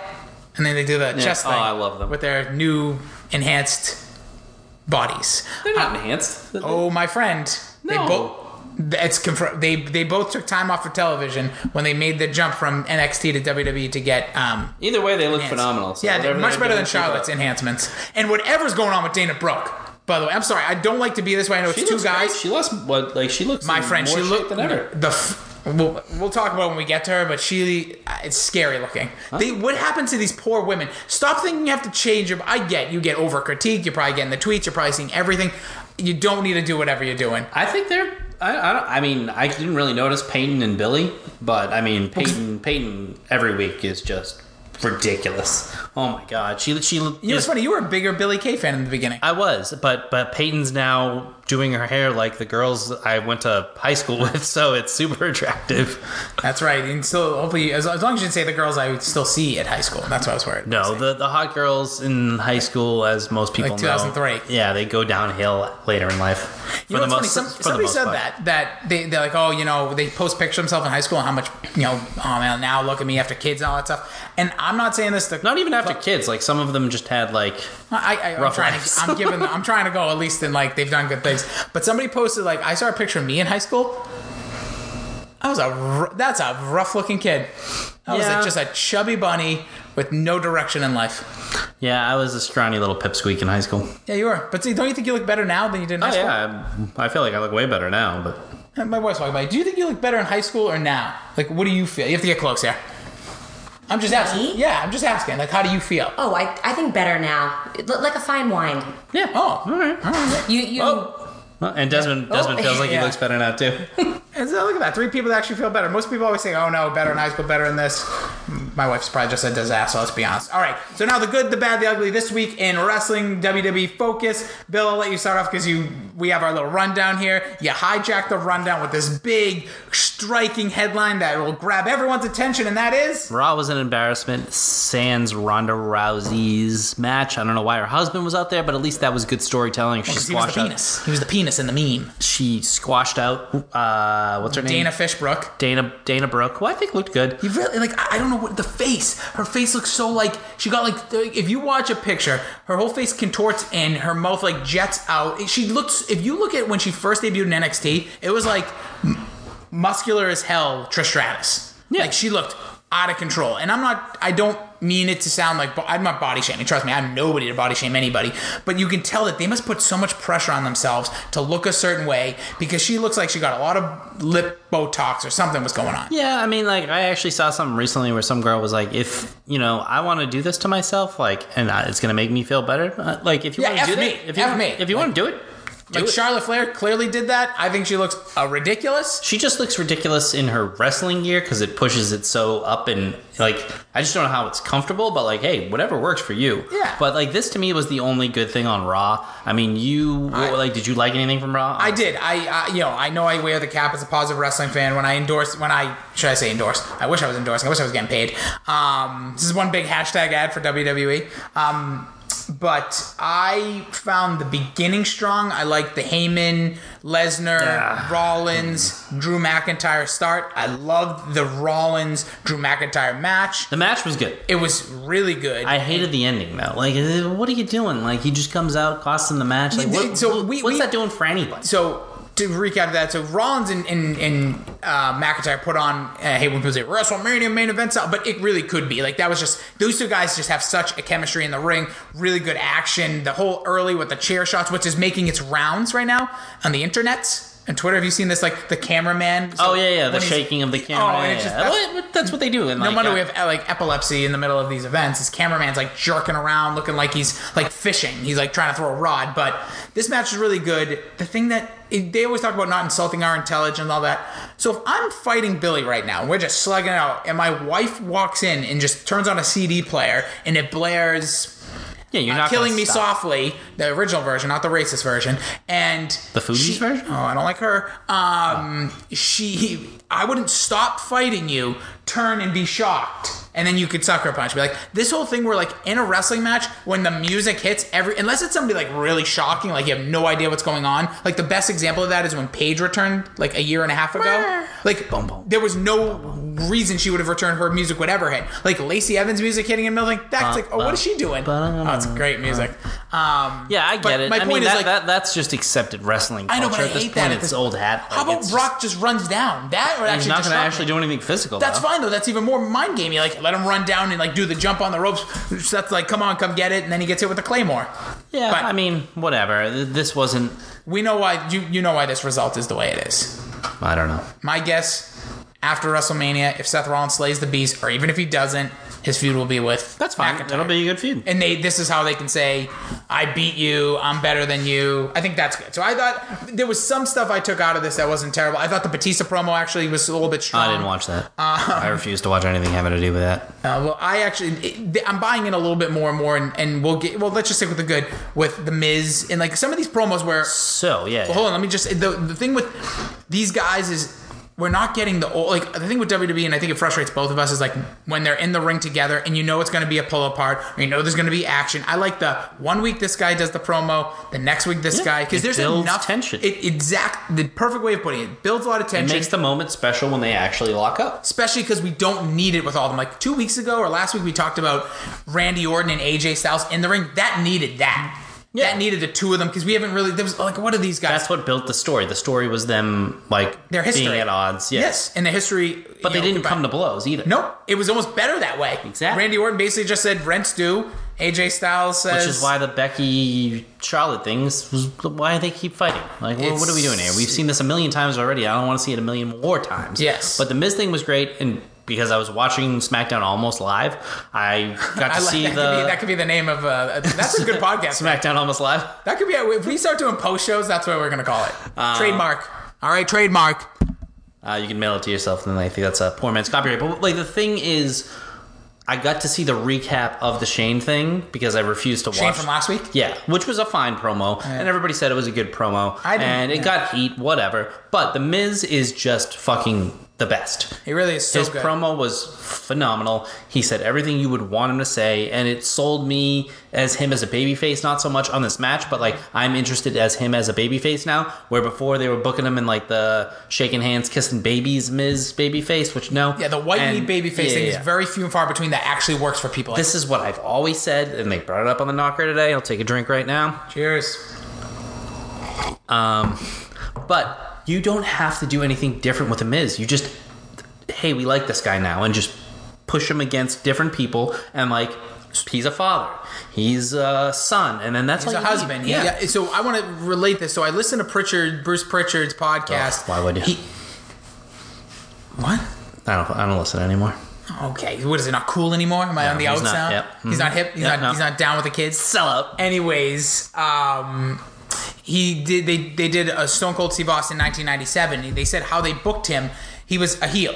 [SPEAKER 1] And then they do the chest
[SPEAKER 2] Oh,
[SPEAKER 1] thing.
[SPEAKER 2] I love them.
[SPEAKER 1] With their new enhanced bodies.
[SPEAKER 2] They're not enhanced.
[SPEAKER 1] Oh, my friend. They
[SPEAKER 2] No.
[SPEAKER 1] both. It's confirmed. They they both took time off for television when they made the jump from NXT to WWE to get um,
[SPEAKER 2] Either way, they look
[SPEAKER 1] enhanced.
[SPEAKER 2] phenomenal. So
[SPEAKER 1] yeah,
[SPEAKER 2] whatever
[SPEAKER 1] much
[SPEAKER 2] they're
[SPEAKER 1] better
[SPEAKER 2] doing,
[SPEAKER 1] than Charlotte's
[SPEAKER 2] keep up.
[SPEAKER 1] enhancements. And whatever's going on with Dana Brooke, by the way, I'm sorry. I don't like to be this way. I know
[SPEAKER 2] She
[SPEAKER 1] it's two
[SPEAKER 2] looks
[SPEAKER 1] guys.
[SPEAKER 2] great. She looks what like she looks.
[SPEAKER 1] my
[SPEAKER 2] in
[SPEAKER 1] friend,
[SPEAKER 2] more
[SPEAKER 1] she
[SPEAKER 2] shape
[SPEAKER 1] looked
[SPEAKER 2] than ever.
[SPEAKER 1] the. F- We'll, we'll talk about it when we get to her, but she, uh, it's scary looking. They, what happened to these poor women? Stop thinking you have to change them. I get you get over critiqued. You're probably getting the tweets. You're probably seeing everything. You don't need to do whatever you're doing.
[SPEAKER 2] I think they're. I, I don't. I mean, I didn't really notice Peyton and Billy, but I mean, Peyton. Peyton every week is just ridiculous. Oh my god, she she.
[SPEAKER 1] You know, it's funny. You were a bigger Billy Kay fan in the beginning.
[SPEAKER 2] I was, but but Peyton's now doing her hair like the girls I went to high school with, so it's super attractive.
[SPEAKER 1] That's right. And so hopefully, as, as long as you didn't say the girls I would still see at high school. That's what I was worried.
[SPEAKER 2] No, the the hot girls in high school, as most people
[SPEAKER 1] Like
[SPEAKER 2] know,
[SPEAKER 1] 2003.
[SPEAKER 2] Yeah, they go downhill later in life. For
[SPEAKER 1] You know, what's funny.
[SPEAKER 2] for
[SPEAKER 1] Some,
[SPEAKER 2] the
[SPEAKER 1] somebody
[SPEAKER 2] most
[SPEAKER 1] said
[SPEAKER 2] part.
[SPEAKER 1] that that they they're like, oh, you know, they post picture themselves in high school and how much you know, oh man, now look at me after kids and all that stuff. And I'm not saying this to
[SPEAKER 2] Not even after kids, like some of them just had like
[SPEAKER 1] I, I, I'm
[SPEAKER 2] Rough
[SPEAKER 1] trying
[SPEAKER 2] lives.
[SPEAKER 1] to I'm giving I'm trying to go at least in like they've done good things. But somebody posted like I saw a picture of me in high school. I was a r- that's a rough looking kid. I
[SPEAKER 2] Yeah.
[SPEAKER 1] was a, just a chubby bunny with no direction in life.
[SPEAKER 2] yeah, I was a scrawny little pipsqueak in high school.
[SPEAKER 1] Yeah, you were. But see, don't you think you look better now than you did in high
[SPEAKER 2] Oh
[SPEAKER 1] school?
[SPEAKER 2] yeah, I, I feel like I look way better now, but
[SPEAKER 1] My wife's walking by. Do you think you look better in high school or now? Like, what do you feel? You have to get close here. I'm just
[SPEAKER 5] Me?
[SPEAKER 1] asking. Yeah, I'm just asking. Like, how do you feel?
[SPEAKER 5] Oh, I, I think better now. It looked like a fine wine.
[SPEAKER 2] yeah.
[SPEAKER 1] Oh, all right.
[SPEAKER 5] You you
[SPEAKER 2] Oh. Well, And Desmond Desmond
[SPEAKER 5] Oh.
[SPEAKER 2] feels like
[SPEAKER 1] Oh. Yeah.
[SPEAKER 2] he looks better now too.
[SPEAKER 1] And so look at that. Three people that actually feel better. Most people always say, oh no, better in high school, better in this. My wife's probably just a disaster, let's be honest. All right. So now the good, the bad, the ugly this week in wrestling WWE focus. Bill, I'll let you start off because you we have our little rundown here. You hijack the rundown with this big, striking headline that will grab everyone's attention, and that is
[SPEAKER 2] Raw was an embarrassment. Sans Ronda Rousey's match. I don't know why her husband was out there, but at least that was good storytelling. She
[SPEAKER 1] he was
[SPEAKER 2] squashed
[SPEAKER 1] the
[SPEAKER 2] out.
[SPEAKER 1] penis. He was the penis in the meme.
[SPEAKER 2] She squashed out. Uh, what's her name?
[SPEAKER 1] Dana Fishbrook.
[SPEAKER 2] Dana Dana Brooke, who I think looked good.
[SPEAKER 1] You really like I I don't know what the face. Her face looks so like she got like the- if you watch a picture, her whole face contorts and her mouth like jets out. She looks if you look at when she first debuted in NXT, it was like m- muscular as hell Trish Stratus.
[SPEAKER 2] Yeah.
[SPEAKER 1] Like she looked out of control. And I'm not I don't mean it to sound like I'm not body shaming. Trust me, I'm nobody to body shame anybody. But you can tell that they must put so much pressure on themselves to look a certain way because she looks like she got a lot of lip Botox or something was going on.
[SPEAKER 2] Yeah, I mean, like I actually saw something recently where some girl was like, "If you know, I want to do this to myself, like, and I, it's gonna make me feel better. Uh, like, if you
[SPEAKER 1] Yeah,
[SPEAKER 2] want
[SPEAKER 1] F
[SPEAKER 2] to do
[SPEAKER 1] me.
[SPEAKER 2] that, if you
[SPEAKER 1] F me.
[SPEAKER 2] if you want to do it, do
[SPEAKER 1] Like
[SPEAKER 2] it.
[SPEAKER 1] Charlotte Flair clearly did that. I think she looks uh, ridiculous.
[SPEAKER 2] she just looks ridiculous in her wrestling gear because it pushes it so up and like I just don't know how it's comfortable, but like, hey, whatever works for you.
[SPEAKER 1] Yeah.
[SPEAKER 2] But like this to me was the only good thing on Raw. I mean, you
[SPEAKER 1] I-
[SPEAKER 2] like did you like anything from Raw?
[SPEAKER 1] I did. I, I you know I know I wear the cap as a positive wrestling fan when I endorse when I should I say endorse? I wish I was endorsing. I wish I was getting paid. Um, this is one big hashtag ad for WWE. Um, but I found the beginning strong. I liked the Heyman, Lesnar,
[SPEAKER 2] Yeah.
[SPEAKER 1] Rollins, Drew McIntyre start. I loved the Rollins Drew McIntyre match.
[SPEAKER 2] The match was good.
[SPEAKER 1] It was really good.
[SPEAKER 2] I hated the ending though. Like, eh, what are you doing? Like, he just comes out, costs him the match. Like, what,
[SPEAKER 1] So
[SPEAKER 2] what-
[SPEAKER 1] we-
[SPEAKER 2] what's
[SPEAKER 1] we-
[SPEAKER 2] that doing for anybody?
[SPEAKER 1] so to recap that, so Rollins and, and, and uh, McIntyre put on uh, Heywood was it WrestleMania main event, style, but it really could be like that was just those two guys just have such a chemistry in the ring, really good action. The whole early with the chair shots, which is making its rounds right now on the internet and Twitter. Have you seen this? Like the cameraman. So
[SPEAKER 2] Oh yeah, yeah, the
[SPEAKER 1] when he's-
[SPEAKER 2] shaking of the camera.
[SPEAKER 1] Oh, and
[SPEAKER 2] yeah,
[SPEAKER 1] it's just-
[SPEAKER 2] yeah. Well, that's, what they do. And,
[SPEAKER 1] No
[SPEAKER 2] like,
[SPEAKER 1] wonder
[SPEAKER 2] uh,
[SPEAKER 1] we have uh, like epilepsy in the middle of these events. His cameraman's like jerking around, looking like he's like fishing. He's like trying to throw a rod. But this match is really good. The thing that it, they always talk about not insulting our intelligence and all that. So if I'm fighting Billy right now, and we're just slugging it out, and my wife walks in and just turns on a CD player and it blares
[SPEAKER 2] yeah, you're
[SPEAKER 1] uh,
[SPEAKER 2] not
[SPEAKER 1] killing
[SPEAKER 2] gonna
[SPEAKER 1] me
[SPEAKER 2] stop.
[SPEAKER 1] softly, the original version, not the racist version, and
[SPEAKER 2] The Fugees
[SPEAKER 1] she-
[SPEAKER 2] version?
[SPEAKER 1] Oh, I don't like her. Um, she, I wouldn't stop fighting you. Turn and be shocked, and then you could sucker punch. Be like this whole thing where like in a wrestling match when the music hits every, unless it's somebody like really shocking, like you have no idea what's going on. Like the best example of that is when Paige returned like a year and a half ago. Like
[SPEAKER 2] Bum, bum.
[SPEAKER 1] there was no reason she would have returned. Her music would ever hit. Like Lacey Evans' music hitting in the middle. Like that's like, oh, what is she doing? Oh, it's great music. Um,
[SPEAKER 2] Yeah, I get
[SPEAKER 1] but
[SPEAKER 2] it.
[SPEAKER 1] My
[SPEAKER 2] I
[SPEAKER 1] point
[SPEAKER 2] mean,
[SPEAKER 1] is
[SPEAKER 2] that,
[SPEAKER 1] like,
[SPEAKER 2] that that's just accepted wrestling
[SPEAKER 1] I
[SPEAKER 2] culture.
[SPEAKER 1] know, but I
[SPEAKER 2] at this
[SPEAKER 1] hate
[SPEAKER 2] point,
[SPEAKER 1] that. at
[SPEAKER 2] it's
[SPEAKER 1] this-
[SPEAKER 2] old hat.
[SPEAKER 1] How
[SPEAKER 2] Like,
[SPEAKER 1] about
[SPEAKER 2] it's
[SPEAKER 1] Brock just runs down? That or
[SPEAKER 2] Just,
[SPEAKER 1] actually
[SPEAKER 2] he's not going to
[SPEAKER 1] disrupt
[SPEAKER 2] actually
[SPEAKER 1] me?
[SPEAKER 2] do anything physical.
[SPEAKER 1] That's
[SPEAKER 2] though.
[SPEAKER 1] fine though. That's even more mind gamey. Like let him run down and like do the jump on the ropes. So that's like, come on, come get it, and then he gets hit with a claymore.
[SPEAKER 2] Yeah,
[SPEAKER 1] But-
[SPEAKER 2] I mean, whatever. Th- This wasn't.
[SPEAKER 1] We know why you you know why this result is the way it is.
[SPEAKER 2] I don't know.
[SPEAKER 1] My guess, after WrestleMania, if Seth Rollins slays the beast, or even if he doesn't, his feud will be with
[SPEAKER 2] That's fine.
[SPEAKER 1] McIntyre.
[SPEAKER 2] That'll be a good feud.
[SPEAKER 1] and they this is how they can say i beat you i'm better than you i think that's good so i thought there was some stuff i took out of this that wasn't terrible i thought the batista promo actually was a little bit strong
[SPEAKER 2] I didn't watch
[SPEAKER 1] um,
[SPEAKER 2] that. I refuse to watch anything having to do with that.
[SPEAKER 1] uh, well i actually it, i'm buying in a little bit more and more and, and we'll get well let's just stick with the good with the miz and like some of these promos where
[SPEAKER 2] So yeah, yeah.
[SPEAKER 1] hold on let me just the, the thing with these guys is we're not getting the old like the thing with WWE and I think it frustrates both of us is like when they're in the ring together and you know it's going to be a pull apart or you know there's going to be action. I like the one week this guy does the promo, the next week this
[SPEAKER 2] Yeah,
[SPEAKER 1] guy because
[SPEAKER 2] it
[SPEAKER 1] there's
[SPEAKER 2] builds
[SPEAKER 1] enough
[SPEAKER 2] tension.
[SPEAKER 1] It exact the perfect way of putting it. it builds a lot of
[SPEAKER 2] it
[SPEAKER 1] tension
[SPEAKER 2] makes the moment special when they actually lock up.
[SPEAKER 1] especially because we don't need it with all of them. Like two weeks ago or last week, we talked about Randy Orton and AJ Styles in the ring. That needed that.
[SPEAKER 2] Yeah.
[SPEAKER 1] That needed the two of them because we haven't really. There was like, what are these guys?
[SPEAKER 2] That's what built the story. The story was them like
[SPEAKER 1] Their history.
[SPEAKER 2] being at odds. Yes,
[SPEAKER 1] yes, in the history.
[SPEAKER 2] but they didn't come to blows either.
[SPEAKER 1] Nope, it was almost better that way.
[SPEAKER 2] Exactly.
[SPEAKER 1] Randy Orton basically just said rents due. AJ Styles says,
[SPEAKER 2] Which is why the Becky Charlotte things was why they keep fighting. Like, well, what are we doing here? We've seen this a million times already. I don't want to see it a million more times.
[SPEAKER 1] Yes.
[SPEAKER 2] But the Miz thing was great, and because I was watching SmackDown almost live, I got to
[SPEAKER 1] I like,
[SPEAKER 2] see
[SPEAKER 1] that, could be, that
[SPEAKER 2] the
[SPEAKER 1] could be the name of uh, that's a good podcast.
[SPEAKER 2] SmackDown almost live.
[SPEAKER 1] That could be if we start doing post shows. That's what we're gonna call it. trademark. All right, trademark.
[SPEAKER 2] Uh, you can mail it to yourself, and I think that's a poor man's copyright. But like the thing is, I got to see the recap of the Shane thing because I refused to
[SPEAKER 1] Shane
[SPEAKER 2] watch
[SPEAKER 1] from last week.
[SPEAKER 2] Yeah, which was a fine promo, and everybody said it was a good promo,
[SPEAKER 1] I didn't-
[SPEAKER 2] and it
[SPEAKER 1] yeah.
[SPEAKER 2] got heat, whatever. But the Miz is just fucking the best.
[SPEAKER 1] He really is so
[SPEAKER 2] His
[SPEAKER 1] good.
[SPEAKER 2] promo was phenomenal. He said everything you would want him to say, and it sold me as him as a babyface, not so much on this match, but like I'm interested as him as a babyface now. Where before they were booking him in like the shaking hands, kissing babies, Miz babyface, which no,
[SPEAKER 1] Yeah, the white
[SPEAKER 2] And-
[SPEAKER 1] meat baby face
[SPEAKER 2] yeah,
[SPEAKER 1] thing
[SPEAKER 2] yeah,
[SPEAKER 1] is
[SPEAKER 2] yeah.
[SPEAKER 1] very few and far between that actually works for people. Like,
[SPEAKER 2] This is what I've always said, and they brought it up on the knocker today. I'll take a drink right now.
[SPEAKER 1] cheers.
[SPEAKER 2] Um, but you don't have to do anything different with the Miz. You just, hey, we like this guy now, and just push him against different people and like he's a father, he's a son, and then that's
[SPEAKER 1] He's
[SPEAKER 2] all
[SPEAKER 1] a
[SPEAKER 2] you need.
[SPEAKER 1] husband. He- Yeah. So I want to relate this. So I listened to Pritchard, Bruce Pritchard's podcast.
[SPEAKER 2] Ugh, why would you?
[SPEAKER 1] He, what?
[SPEAKER 2] I don't. I don't listen anymore.
[SPEAKER 1] Okay. What is it? Not cool anymore? Am I on the
[SPEAKER 2] he's
[SPEAKER 1] outs
[SPEAKER 2] not-
[SPEAKER 1] now?
[SPEAKER 2] yep.
[SPEAKER 1] He's not hip. He's
[SPEAKER 2] Yep,
[SPEAKER 1] not.
[SPEAKER 2] no.
[SPEAKER 1] He's not down with the kids.
[SPEAKER 2] Sell out.
[SPEAKER 1] Anyways, um, he did. They they did a Stone Cold Steve Austin in 1997. They said how they booked him. He was a heel,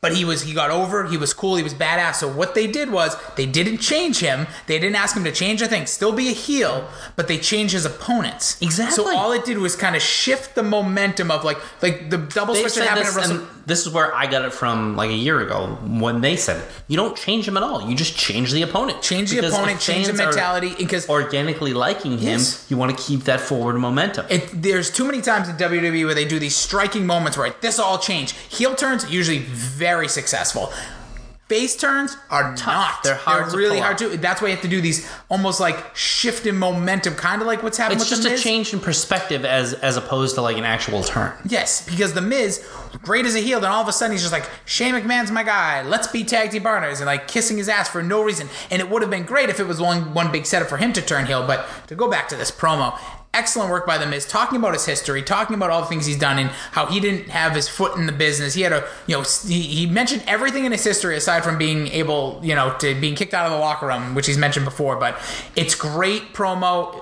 [SPEAKER 1] but he was he got over. He was cool. He was badass. So what they did was they didn't change him. They didn't ask him to change a thing. Still be a heel, but they changed his opponents.
[SPEAKER 2] Exactly.
[SPEAKER 1] So all it did was kind of shift the momentum of like like the double
[SPEAKER 2] They
[SPEAKER 1] switch
[SPEAKER 2] said
[SPEAKER 1] that happened
[SPEAKER 2] this,
[SPEAKER 1] at Wrestle.
[SPEAKER 2] and this is where I got it from like a year ago when they said it. You don't change him at all. You just change the opponent.
[SPEAKER 1] Change the
[SPEAKER 2] Because if
[SPEAKER 1] opponent, change the
[SPEAKER 2] fans are
[SPEAKER 1] mentality, because
[SPEAKER 2] Organically liking him,
[SPEAKER 1] Yes.
[SPEAKER 2] you want to keep that forward momentum.
[SPEAKER 1] it, there's too many times in WWE where they do these striking moments where like, this all changed. Heel turns usually very successful. Face turns are not.
[SPEAKER 2] They're hard to
[SPEAKER 1] really
[SPEAKER 2] pull
[SPEAKER 1] hard
[SPEAKER 2] off.
[SPEAKER 1] to. That's why you have to do these almost like shift in momentum, kind of like what's happened
[SPEAKER 2] it's
[SPEAKER 1] with
[SPEAKER 2] just
[SPEAKER 1] the
[SPEAKER 2] a
[SPEAKER 1] Miz.
[SPEAKER 2] change in perspective as as opposed to like an actual turn.
[SPEAKER 1] Yes, because the Miz, great as a heel, then all of a sudden he's just like Shane McMahon's my guy. Let's be tag team partners and like kissing his ass for no reason. And it would have been great if it was one one big setup for him to turn heel. But to go back to this promo, excellent work by the Miz, talking about his history, talking about all the things he's done and how he didn't have his foot in the business. He had a you know s- he, he mentioned everything in his history aside from being able you know to being kicked out of the locker room, which he's mentioned before. But it's great promo.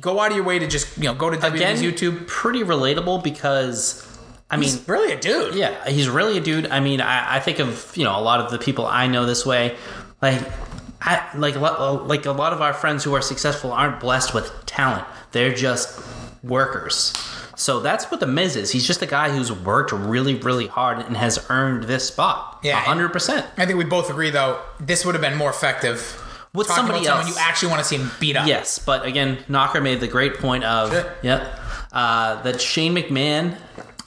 [SPEAKER 1] Go out of your way to just you know go to
[SPEAKER 2] Again,
[SPEAKER 1] WWE's YouTube.
[SPEAKER 2] YouTube pretty relatable because I mean
[SPEAKER 1] He's really a dude.
[SPEAKER 2] Yeah, he's really a dude. I mean, I, I think of you know a lot of the people I know this way, like I like lo- like a lot of our friends who are successful aren't blessed with talent. They're just workers. So that's what the Miz is. He's just a guy who's worked really, really hard and has earned this spot.
[SPEAKER 1] Yeah,
[SPEAKER 2] hundred percent.
[SPEAKER 1] I think we both agree, though, this would have been more effective
[SPEAKER 2] With
[SPEAKER 1] talking
[SPEAKER 2] somebody
[SPEAKER 1] about
[SPEAKER 2] else.
[SPEAKER 1] someone you actually want to see him beat up.
[SPEAKER 2] Yes, but again, Knocker made the great point of
[SPEAKER 1] Shit.
[SPEAKER 2] yep uh, that Shane McMahon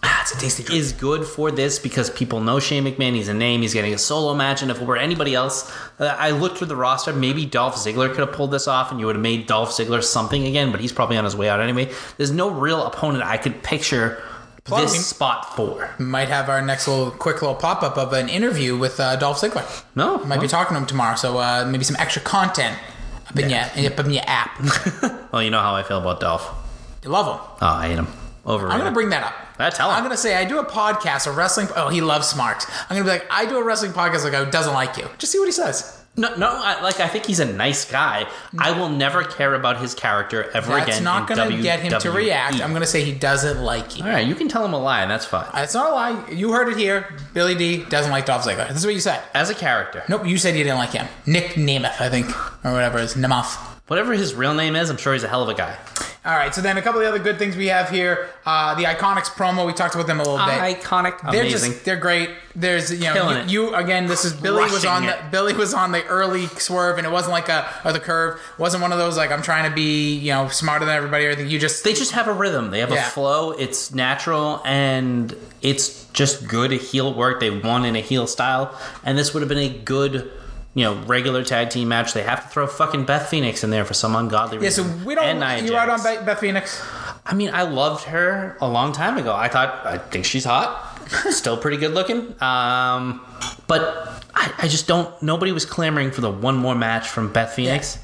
[SPEAKER 1] Ah, it's a tasty drink.
[SPEAKER 2] is good for this because people know Shane McMahon. He's a name. He's getting a solo match. And if it were anybody else, uh, I looked through the roster. Maybe Dolph Ziggler could have pulled this off, and you would have made Dolph Ziggler something again. But he's probably on his way out anyway. There's no real opponent I could picture
[SPEAKER 1] Plus, we-
[SPEAKER 2] this spot for.
[SPEAKER 1] Might have our next little quick little pop up of an interview with uh, Dolph Ziggler.
[SPEAKER 2] No,
[SPEAKER 1] Might be
[SPEAKER 2] well-
[SPEAKER 1] talking to him tomorrow, so uh, maybe some extra content up in, your, up in your app.
[SPEAKER 2] Well, you know how I feel about Dolph.
[SPEAKER 1] you love him.
[SPEAKER 2] Oh, I hate him. Overrated.
[SPEAKER 1] I'm going to bring that up.
[SPEAKER 2] Yeah, tell him.
[SPEAKER 1] I'm going to say, I do a podcast, a wrestling. Oh, he loves smarts. I'm going to be like, I do a wrestling podcast, like, who doesn't like you. Just see what he says.
[SPEAKER 2] no, no. I, like I think he's a nice guy. I will never care about his character ever
[SPEAKER 1] That's
[SPEAKER 2] again.
[SPEAKER 1] not
[SPEAKER 2] in
[SPEAKER 1] going to get him to
[SPEAKER 2] WWE.
[SPEAKER 1] react. I'm going to say he doesn't like you.
[SPEAKER 2] All right, you can tell him a lie, and that's fine.
[SPEAKER 1] It's not a lie. You heard it here. Billy D doesn't like Dolph Ziggler. This is what you said.
[SPEAKER 2] As a character,
[SPEAKER 1] Nope, you said you didn't like him. Nick Namath, I think, or whatever it is. Namath.
[SPEAKER 2] whatever his real name is, I'm sure he's a hell of a guy.
[SPEAKER 1] All right, so then a couple of the other good things we have here. Uh, the Iconics promo, we talked about them a little bit.
[SPEAKER 2] Iconic,
[SPEAKER 1] they're
[SPEAKER 2] amazing.
[SPEAKER 1] just they're great. There's you
[SPEAKER 2] Killing
[SPEAKER 1] know
[SPEAKER 2] it.
[SPEAKER 1] you, you again. This is Billy was
[SPEAKER 2] Crushing
[SPEAKER 1] on the
[SPEAKER 2] it.
[SPEAKER 1] Billy was on the early swerve, and it wasn't like a or the curve It wasn't one of those like I'm trying to be you know smarter than everybody or everything. You just
[SPEAKER 2] they just have a rhythm. They have
[SPEAKER 1] Yeah.
[SPEAKER 2] a flow. It's natural and it's just good heel work. They won in a heel style, and this would have been a good, you know, regular tag team match. They have to throw fucking Beth Phoenix in there for some ungodly
[SPEAKER 1] yeah. So
[SPEAKER 2] reason.
[SPEAKER 1] we don't.
[SPEAKER 2] And Nia
[SPEAKER 1] you out
[SPEAKER 2] Jax.
[SPEAKER 1] on Be- Beth Phoenix?
[SPEAKER 2] I mean, I loved her a long time ago. I thought I think she's hot, still pretty good looking. Um, but I, I just don't. Nobody was clamoring for the one more match from Beth Phoenix.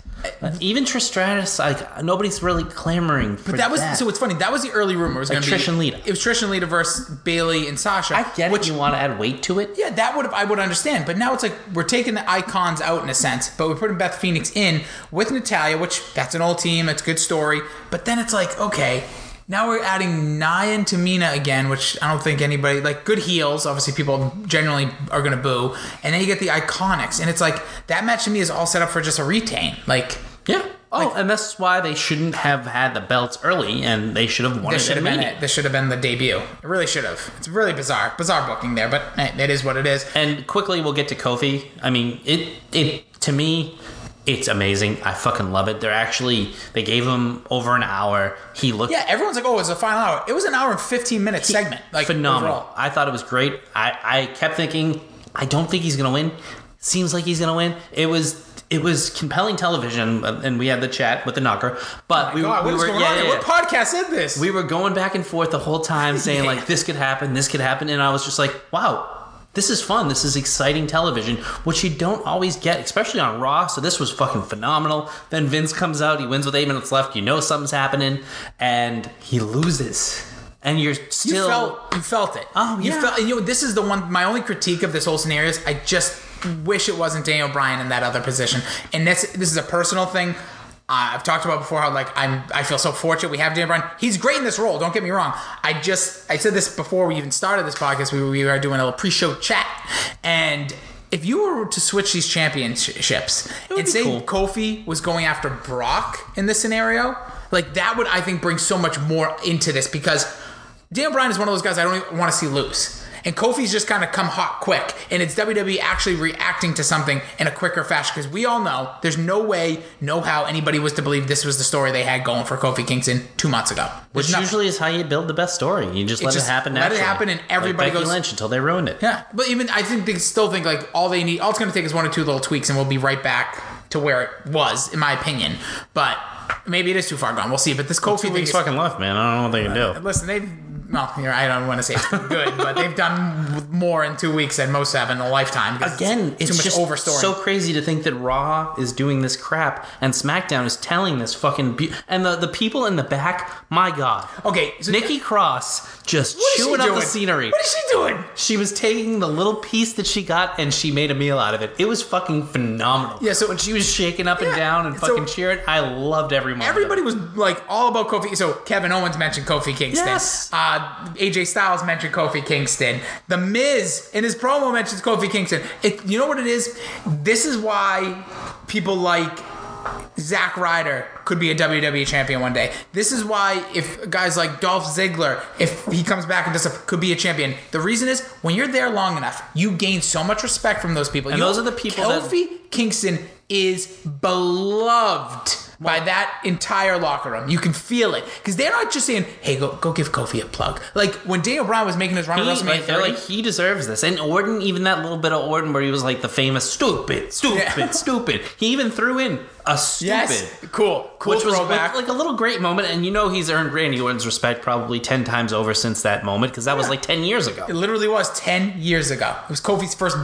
[SPEAKER 2] Even Trish Stratus, like nobody's really clamoring for
[SPEAKER 1] That was so. It's funny. That was the early rumor. It was going to
[SPEAKER 2] Trish
[SPEAKER 1] be
[SPEAKER 2] and Lita.
[SPEAKER 1] It was Trish and Lita versus Bailey and Sasha.
[SPEAKER 2] I get
[SPEAKER 1] which
[SPEAKER 2] it. You want to add weight to it?
[SPEAKER 1] Yeah, that would I would understand, but now it's like we're taking the icons out in a sense, but we're putting Beth Phoenix in with Natalia, which that's an old team, it's a good story. But then it's like okay, now we're adding Nia and Tamina again, which I don't think anybody like good heels. Obviously, people generally are gonna boo, and then you get the iconics, and it's like that match to me is all set up for just a retain. Like
[SPEAKER 2] Yeah. Oh, and that's why they shouldn't have had the belts early, and they should have won
[SPEAKER 1] this
[SPEAKER 2] it.
[SPEAKER 1] should
[SPEAKER 2] at
[SPEAKER 1] have been
[SPEAKER 2] Mania.
[SPEAKER 1] it. This should have been the debut. It really should have. It's really bizarre, bizarre booking there, but eh, it is what it is.
[SPEAKER 2] And quickly, we'll get to Kofi. I mean, it it to me, it's amazing. I fucking love it. They're actually they gave him over an hour. He looked
[SPEAKER 1] Yeah, everyone's like, oh, it's a final hour. It was an hour and 15 minute segment. Like,
[SPEAKER 2] phenomenal.
[SPEAKER 1] overall.
[SPEAKER 2] I thought it was great. I I kept thinking I don't think he's gonna win. Seems like he's gonna win. It was. It was compelling television, uh, and we had the chat with the knocker. But we,
[SPEAKER 1] Oh God,
[SPEAKER 2] we
[SPEAKER 1] what is
[SPEAKER 2] were
[SPEAKER 1] going
[SPEAKER 2] yeah,
[SPEAKER 1] on?
[SPEAKER 2] yeah,
[SPEAKER 1] here?
[SPEAKER 2] yeah.
[SPEAKER 1] What podcast is this?
[SPEAKER 2] we were going back and forth the whole time saying like this could happen this could happen and i was just like wow This is fun. This is exciting television, which you don't always get, especially on Raw. So this was fucking phenomenal. Then Vince comes out. He wins with eight minutes left. You know something's happening, and he loses. And you're
[SPEAKER 1] You
[SPEAKER 2] still
[SPEAKER 1] felt you felt it.
[SPEAKER 2] Oh,
[SPEAKER 1] You
[SPEAKER 2] yeah.
[SPEAKER 1] felt. You know, this is the one. My only critique of this whole scenario is I just wish it wasn't Daniel Bryan in that other position. And this this is a personal thing. Uh, I've talked about before how like I'm I feel so fortunate we have Daniel Bryan. He's great in this role. Don't get me wrong. I just I said this before we even started this podcast. We, we were doing a little pre-show chat, and if you were to switch these championships
[SPEAKER 2] would
[SPEAKER 1] and
[SPEAKER 2] be
[SPEAKER 1] say
[SPEAKER 2] cool.
[SPEAKER 1] Kofi was going after Brock in this scenario, like that would I think bring so much more into this because Daniel Bryan is one of those guys I don't even want to see lose. And Kofi's just kind of come hot quick, and it's WWE actually reacting to something in a quicker fashion because we all know there's no way, no how anybody was to believe this was the story they had going for Kofi Kingston two months ago.
[SPEAKER 2] Which
[SPEAKER 1] There's no-
[SPEAKER 2] usually is how you build the best story. You just let
[SPEAKER 1] just
[SPEAKER 2] it happen.
[SPEAKER 1] let it
[SPEAKER 2] naturally.
[SPEAKER 1] happen and everybody
[SPEAKER 2] like Becky
[SPEAKER 1] goes-
[SPEAKER 2] Lynch until they ruined it.
[SPEAKER 1] Yeah, but even I think they still think like all they need, all it's going to take is one or two little tweaks, and we'll be right back to where it was, in my opinion. But maybe it is too far gone. We'll see. But this Kofi
[SPEAKER 2] Two
[SPEAKER 1] thing
[SPEAKER 2] weeks
[SPEAKER 1] is
[SPEAKER 2] fucking left, man. I don't know what they can do.
[SPEAKER 1] Listen, they've well, you know, I don't want to say it's been good, but they've done more in two weeks than most have in a lifetime. because
[SPEAKER 2] Again, it's
[SPEAKER 1] too much
[SPEAKER 2] just
[SPEAKER 1] overstoring.
[SPEAKER 2] so crazy to think that Raw is doing this crap and SmackDown is telling this fucking bu- and the, the people in the back. My God,
[SPEAKER 1] okay, so
[SPEAKER 2] Nikki Cross just
[SPEAKER 1] what is she
[SPEAKER 2] chewing up the
[SPEAKER 1] doing?
[SPEAKER 2] scenery.
[SPEAKER 1] What is she doing?
[SPEAKER 2] She was taking the little piece that she got and she made a meal out of it. It was fucking phenomenal.
[SPEAKER 1] Yeah, so-
[SPEAKER 2] when she was shaking up and
[SPEAKER 1] Yeah,
[SPEAKER 2] down and
[SPEAKER 1] so-
[SPEAKER 2] fucking cheering, I loved every moment. of it.
[SPEAKER 1] Everybody was like all about Kofi. So Kevin Owens mentioned Kofi Kingston.
[SPEAKER 2] Yes.
[SPEAKER 1] Uh, AJ Styles mentioned Kofi Kingston. The Miz in his promo mentions Kofi Kingston. It, you know what it is? This is why people like Zack Ryder could be a WWE champion one day. This is why if guys like Dolph Ziggler, if he comes back and does a, could be a champion. The reason is when you're there long enough, you gain so much respect from those people.
[SPEAKER 2] And
[SPEAKER 1] You-
[SPEAKER 2] those are the people that-
[SPEAKER 1] Kofi Kingston is beloved by that entire locker room. You can feel it because they're not just saying, "Hey, go go give Kofi a plug." Like when Daniel Bryan was making his run at
[SPEAKER 2] He-
[SPEAKER 1] WrestleMania
[SPEAKER 2] like, they're
[SPEAKER 1] 30,
[SPEAKER 2] like he deserves this. And Orton, even that little bit of Orton where he was like the famous stupid, stupid,
[SPEAKER 1] Yeah.
[SPEAKER 2] stupid. He even threw in a stupid.
[SPEAKER 1] yes, cool, cool
[SPEAKER 2] Which was
[SPEAKER 1] throwback.
[SPEAKER 2] like, like a little great moment, and you know he's earned Randy Orton's respect probably ten times over since that moment because that was like ten years ago.
[SPEAKER 1] It literally was 10 years ago. It was Kofi's first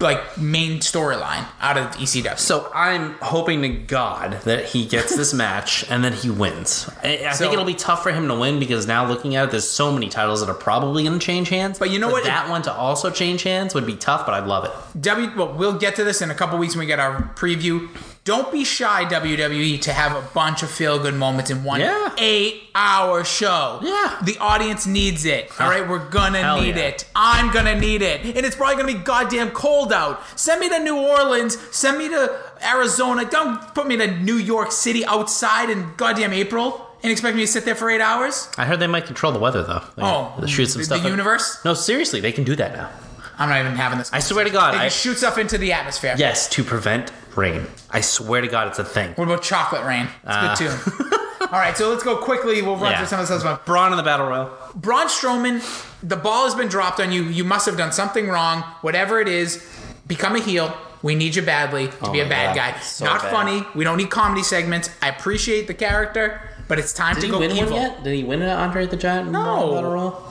[SPEAKER 1] like main storyline out of E ECW.
[SPEAKER 2] So I'm hoping to God that he gets this match and that he wins. I, I
[SPEAKER 1] So-
[SPEAKER 2] think it'll be tough for him to win because now looking at it, there's so many titles that are probably going to change hands.
[SPEAKER 1] But you know
[SPEAKER 2] For
[SPEAKER 1] what?
[SPEAKER 2] That one to also change hands would be tough, but I'd love it.
[SPEAKER 1] W well, we'll get to this in a couple weeks when we get our preview. Don't be shy, WWE, to have a bunch of feel good moments in one
[SPEAKER 2] Yeah.
[SPEAKER 1] eight hour show.
[SPEAKER 2] Yeah.
[SPEAKER 1] The audience needs it. All right, we're gonna
[SPEAKER 2] Hell
[SPEAKER 1] need
[SPEAKER 2] yeah.
[SPEAKER 1] it. I'm gonna need it. And it's probably gonna be goddamn cold out. Send me to New Orleans, send me to Arizona. Don't put me to New York City outside in goddamn April and expect me to sit there for eight hours.
[SPEAKER 2] I heard they might control the weather though. They-
[SPEAKER 1] Oh,
[SPEAKER 2] they shoot some
[SPEAKER 1] the-
[SPEAKER 2] stuff.
[SPEAKER 1] the
[SPEAKER 2] up.
[SPEAKER 1] universe?
[SPEAKER 2] No, seriously, they can do that now.
[SPEAKER 1] I'm not even having this.
[SPEAKER 2] I swear to God,
[SPEAKER 1] They can
[SPEAKER 2] I-
[SPEAKER 1] shoot stuff into the atmosphere.
[SPEAKER 2] Yes, to prevent rain. I swear to God, it's a thing. Uh,
[SPEAKER 1] What about chocolate rain? It's good too. All right, so let's go quickly. We'll run
[SPEAKER 2] Yeah.
[SPEAKER 1] through some of this other stuff.
[SPEAKER 2] Braun in the battle royal.
[SPEAKER 1] Braun Strowman, the ball has been dropped on you. You must have done something wrong. Whatever it is, become a heel. We need you badly to be a
[SPEAKER 2] Oh my
[SPEAKER 1] bad
[SPEAKER 2] God.
[SPEAKER 1] guy.
[SPEAKER 2] So
[SPEAKER 1] Not
[SPEAKER 2] bad.
[SPEAKER 1] funny. We don't need comedy segments. I appreciate the character, but it's time
[SPEAKER 2] Did
[SPEAKER 1] to
[SPEAKER 2] he
[SPEAKER 1] go
[SPEAKER 2] win
[SPEAKER 1] evil.
[SPEAKER 2] one yet? Did he win an Andre the Giant
[SPEAKER 1] No.
[SPEAKER 2] battle royal?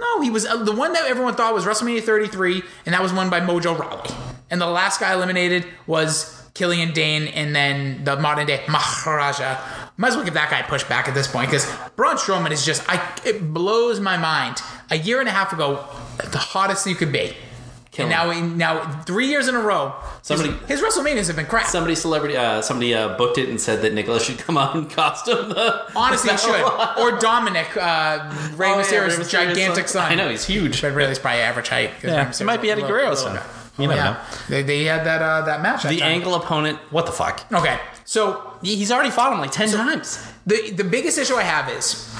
[SPEAKER 1] No, he was uh, the one that everyone thought was WrestleMania 33, and that was won by Mojo Rawley. And the last guy eliminated was Killian Dane, and then the modern day Maharaja. Might as well give that guy a push back at this point because Braun Strowman is just, I, it blows my mind. A year and a half ago, the hottest you could be.
[SPEAKER 2] Killing
[SPEAKER 1] and now, he- now three years in a row,
[SPEAKER 2] Somebody-
[SPEAKER 1] his, his WrestleManias have been crap.
[SPEAKER 2] Somebody celebrity uh, somebody uh, booked it and said that Nicholas should come out in costume. The
[SPEAKER 1] Honestly,
[SPEAKER 2] the
[SPEAKER 1] it should.
[SPEAKER 2] battle royal.
[SPEAKER 1] Or Dominic, uh, Rey
[SPEAKER 2] Oh, yeah,
[SPEAKER 1] Mysterio's
[SPEAKER 2] Rey Mysterio's
[SPEAKER 1] gigantic son.
[SPEAKER 2] I know he's huge.
[SPEAKER 1] But really, it's probably average height.
[SPEAKER 2] Yeah, it might be Eddie Guerrero's son. You never know.
[SPEAKER 1] yeah, they, they had that uh, that match. that
[SPEAKER 2] The
[SPEAKER 1] time.
[SPEAKER 2] angle opponent. What the fuck?
[SPEAKER 1] Okay, so
[SPEAKER 2] He's already fought him like ten times.
[SPEAKER 1] the the biggest issue I have is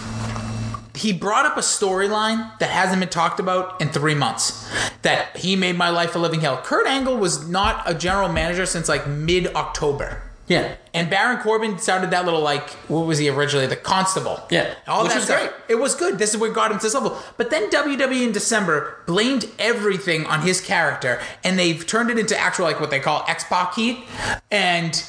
[SPEAKER 1] he brought up a storyline that hasn't been talked about in three months. That he made my life a living hell. Kurt Angle was not a general manager since like mid October.
[SPEAKER 2] Yeah.
[SPEAKER 1] And Baron Corbin sounded that little like what was he originally? The constable.
[SPEAKER 2] Yeah.
[SPEAKER 1] all
[SPEAKER 2] Which
[SPEAKER 1] that
[SPEAKER 2] was
[SPEAKER 1] stuff.
[SPEAKER 2] great.
[SPEAKER 1] It was good. This is what got him to this level. But then WWE in December blamed everything on his character, and they've turned it into actual like what they call X Pac heat. And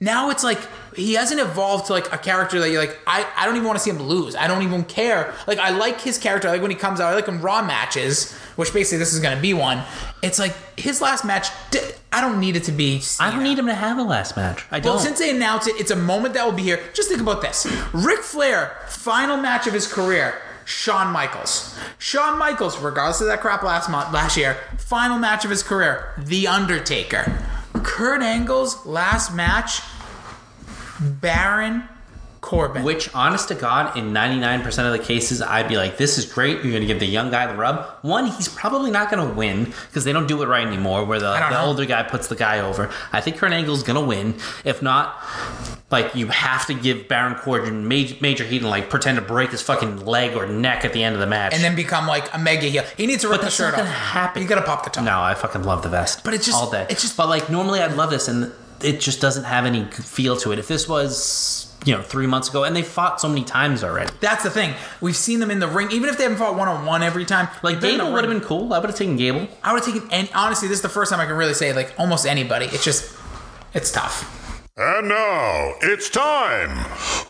[SPEAKER 1] now it's like he hasn't evolved to like a character that you're like I, I don't even want to see him lose. I don't even care. Like I like his character. I like when he comes out. I like when Raw matches, which basically this is going to be one. It's like his last match. di- I don't need it to be.
[SPEAKER 2] I don't need him to have a last match. I don't.
[SPEAKER 1] Well, since they announced it, it's a moment that will be here. Just think about this: Ric Flair, final match of his career. Shawn Michaels. Shawn Michaels, regardless of that crap last month, last year, final match of his career. The Undertaker. Kurt Angle's last match. Baron Corbin.
[SPEAKER 2] Which, honest to God, in 99% of the cases, I'd be like, this is great. You're going to give the young guy the rub. One, he's probably not going to win because they don't do it right anymore, where the,
[SPEAKER 1] don't
[SPEAKER 2] the
[SPEAKER 1] know.
[SPEAKER 2] older guy puts the guy over. I think Kurt Angle's going to win. If not, like, you have to give Baron Corbin major, major heat and, like, pretend to break his fucking leg or neck at the end of the match.
[SPEAKER 1] and then become like a mega heel. He needs to rip
[SPEAKER 2] But
[SPEAKER 1] the
[SPEAKER 2] that's
[SPEAKER 1] shirt
[SPEAKER 2] not
[SPEAKER 1] off.
[SPEAKER 2] gonna happen.
[SPEAKER 1] You gotta pop the top.
[SPEAKER 2] no, I fucking love the vest.
[SPEAKER 1] But it's just-
[SPEAKER 2] all day.
[SPEAKER 1] it's just-
[SPEAKER 2] But like normally, I'd love this, and it just doesn't have any feel to it. If this was, you know, three months ago, and they fought so many times already,
[SPEAKER 1] That's the thing. We've seen them in the ring, even if they haven't fought one on one every time.
[SPEAKER 2] like
[SPEAKER 1] they're in the
[SPEAKER 2] Gable would
[SPEAKER 1] ring.
[SPEAKER 2] have been cool. I would have taken Gable.
[SPEAKER 1] I would have taken any. Honestly, this is the first time I can really say like almost anybody. It's just, it's tough.
[SPEAKER 4] And now it's time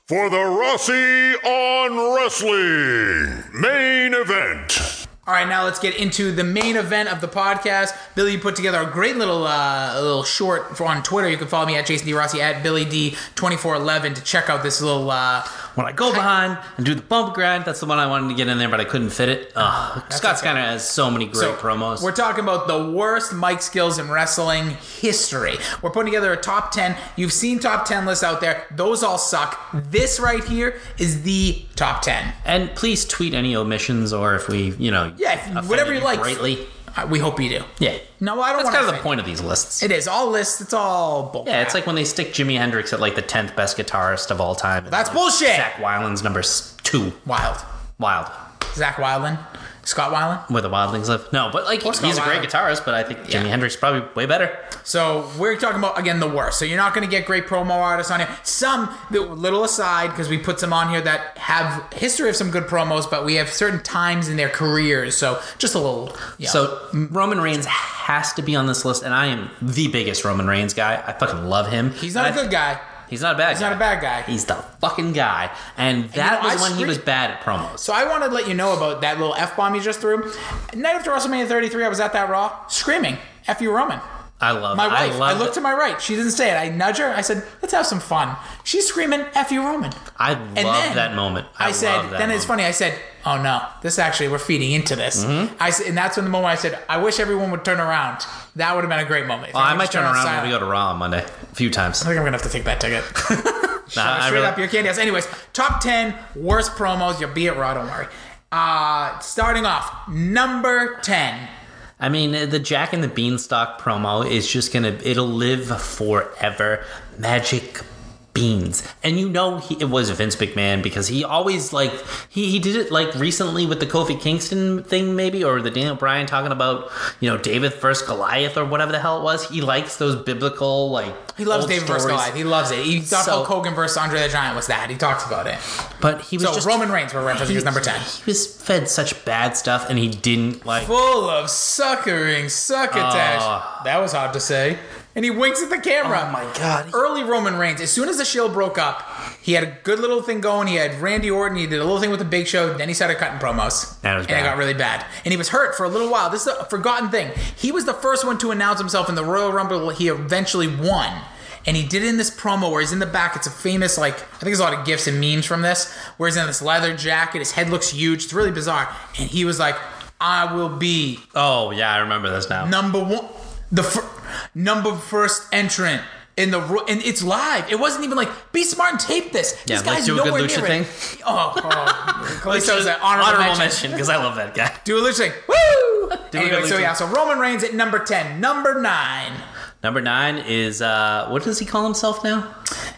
[SPEAKER 4] for the Rossi on Wrestling main event.
[SPEAKER 1] All right, now let's get into the main event of the podcast. Billy you put together a great little uh, little short for on Twitter. You can follow me at Jason D Rossi at Billy D twenty four eleven to check out this little. Uh,
[SPEAKER 2] When I go behind and do the bump grind, that's the one I wanted to get in there, but I couldn't fit it. Ugh. Scott
[SPEAKER 1] okay.
[SPEAKER 2] Skinner has so many great
[SPEAKER 1] So,
[SPEAKER 2] promos.
[SPEAKER 1] We're talking about the worst mic skills in wrestling history. We're putting together a top 10. You've seen top 10 lists out there. Those all suck. This right here is the top 10.
[SPEAKER 2] and please tweet any omissions or if we, you know,
[SPEAKER 1] Yeah, if-
[SPEAKER 2] offended
[SPEAKER 1] whatever you like.
[SPEAKER 2] greatly.
[SPEAKER 1] Uh, We hope you do.
[SPEAKER 2] Yeah,
[SPEAKER 1] No, I don't
[SPEAKER 2] that's
[SPEAKER 1] wanna
[SPEAKER 2] kind of the
[SPEAKER 1] offend
[SPEAKER 2] point of these lists.
[SPEAKER 1] It is all lists. It's all bull.
[SPEAKER 2] yeah, it's like when they stick Jimi Hendrix at like the tenth best guitarist of all time. and,
[SPEAKER 1] That's
[SPEAKER 2] like,
[SPEAKER 1] bullshit!
[SPEAKER 2] Zach Wyland's number s- two.
[SPEAKER 1] wild.
[SPEAKER 2] Wild.
[SPEAKER 1] Zach Wyland, Scott Wyland.
[SPEAKER 2] Where the Wildlings live? No, but like
[SPEAKER 1] What's
[SPEAKER 2] he's a
[SPEAKER 1] going
[SPEAKER 2] great
[SPEAKER 1] on?
[SPEAKER 2] guitarist, but I think
[SPEAKER 1] Yeah.
[SPEAKER 2] Jimi Hendrix is probably way better.
[SPEAKER 1] So we're talking about again the worst. So you're not going to get great promo artists on here. Some the little aside because we put some on here that have history of some good promos, but we have certain times in their careers. So just a little. You know.
[SPEAKER 2] So Roman Reigns has to be on this list, and I am the biggest Roman Reigns guy. I fucking love him.
[SPEAKER 1] he's not a
[SPEAKER 2] And I-
[SPEAKER 1] good guy.
[SPEAKER 2] He's not a bad. He's
[SPEAKER 1] not a bad guy.
[SPEAKER 2] He's the fucking guy, and that
[SPEAKER 1] know,
[SPEAKER 2] was
[SPEAKER 1] I
[SPEAKER 2] when he
[SPEAKER 1] screen-
[SPEAKER 2] was bad at promos.
[SPEAKER 1] So I wanted to let you know about that little f bomb you just threw. Night after WrestleMania 33, I was at that Raw screaming "F you, Roman."
[SPEAKER 2] I love.
[SPEAKER 1] My
[SPEAKER 2] I
[SPEAKER 1] wife. I,
[SPEAKER 2] love.
[SPEAKER 1] looked to my right. She didn't say it. I nudge her. I said, "Let's have some fun." She's screaming "F you, Roman."
[SPEAKER 2] I love that moment. I, love
[SPEAKER 1] said,
[SPEAKER 2] that
[SPEAKER 1] then it's
[SPEAKER 2] moment.
[SPEAKER 1] funny. I said, oh no, this actually we're feeding into this.
[SPEAKER 2] Mm-hmm.
[SPEAKER 1] I said, and that's when the moment I said, I wish everyone would turn around. That would have been a great moment. If
[SPEAKER 2] Well, I
[SPEAKER 1] everyone
[SPEAKER 2] might
[SPEAKER 1] just
[SPEAKER 2] turn
[SPEAKER 1] turned
[SPEAKER 2] around
[SPEAKER 1] silent.
[SPEAKER 2] when we go to Raw on Monday. A few times.
[SPEAKER 1] I think I'm gonna have to take that ticket.
[SPEAKER 2] Nah, I
[SPEAKER 1] straight
[SPEAKER 2] really-
[SPEAKER 1] up your candy ass. Anyways, top ten worst promos. You'll be at Raw. Don't worry. Uh, starting off, number ten.
[SPEAKER 2] I mean, the Jack and the Beanstalk promo is just gonna, it'll live forever. Magic beans. And you know he, it was Vince McMahon because he always like, he, he did it like recently with the Kofi Kingston thing maybe, or the Daniel Bryan talking about, you know, David versus Goliath or whatever the hell it was. He likes those biblical, like,
[SPEAKER 1] He loves
[SPEAKER 2] old
[SPEAKER 1] David versus
[SPEAKER 2] stories.
[SPEAKER 1] Goliath. He loves it. He thought
[SPEAKER 2] So-
[SPEAKER 1] Hulk Hogan versus Andre the Giant was that. He talks about it.
[SPEAKER 2] But he was
[SPEAKER 1] So
[SPEAKER 2] just,
[SPEAKER 1] Roman Reigns, we're referencing,
[SPEAKER 2] he-
[SPEAKER 1] is number 10.
[SPEAKER 2] He was fed such bad stuff and he didn't like,
[SPEAKER 1] full of suckering succotash. that was hard to say. And he winks at the camera.
[SPEAKER 2] Oh my God.
[SPEAKER 1] Early Roman Reigns, as soon as the Shield broke up, he had a good little thing going. He had Randy Orton. He did a little thing with the Big Show. Then he started cutting promos.
[SPEAKER 2] That was
[SPEAKER 1] and it
[SPEAKER 2] bad.
[SPEAKER 1] got really bad. And he was hurt for a little while. This is a forgotten thing. He was the first one to announce himself in the Royal Rumble. He eventually won. And he did it in this promo where he's in the back. It's a famous, like, I think there's a lot of gifs and memes from this, where he's in this leather jacket. His head looks huge. It's really bizarre. And he was like, I will be
[SPEAKER 2] oh yeah, I remember this now.
[SPEAKER 1] number one, the fir- number first entrant in the ro- and it's live. It wasn't even like be smart and tape this.
[SPEAKER 2] Yeah,
[SPEAKER 1] this
[SPEAKER 2] like,
[SPEAKER 1] guy's
[SPEAKER 2] do a good
[SPEAKER 1] nowhere
[SPEAKER 2] lucha
[SPEAKER 1] near it.
[SPEAKER 2] thing.
[SPEAKER 1] Oh, oh. Kalisto is an honorable,
[SPEAKER 2] honorable
[SPEAKER 1] mention.
[SPEAKER 2] mention because I love that guy.
[SPEAKER 1] Do a lucha thing. Woo!
[SPEAKER 2] Do a
[SPEAKER 1] anyway,
[SPEAKER 2] good
[SPEAKER 1] so
[SPEAKER 2] lucha.
[SPEAKER 1] yeah, so Roman Reigns at number ten. Number nine,
[SPEAKER 2] Number nine is uh, what does he call himself now?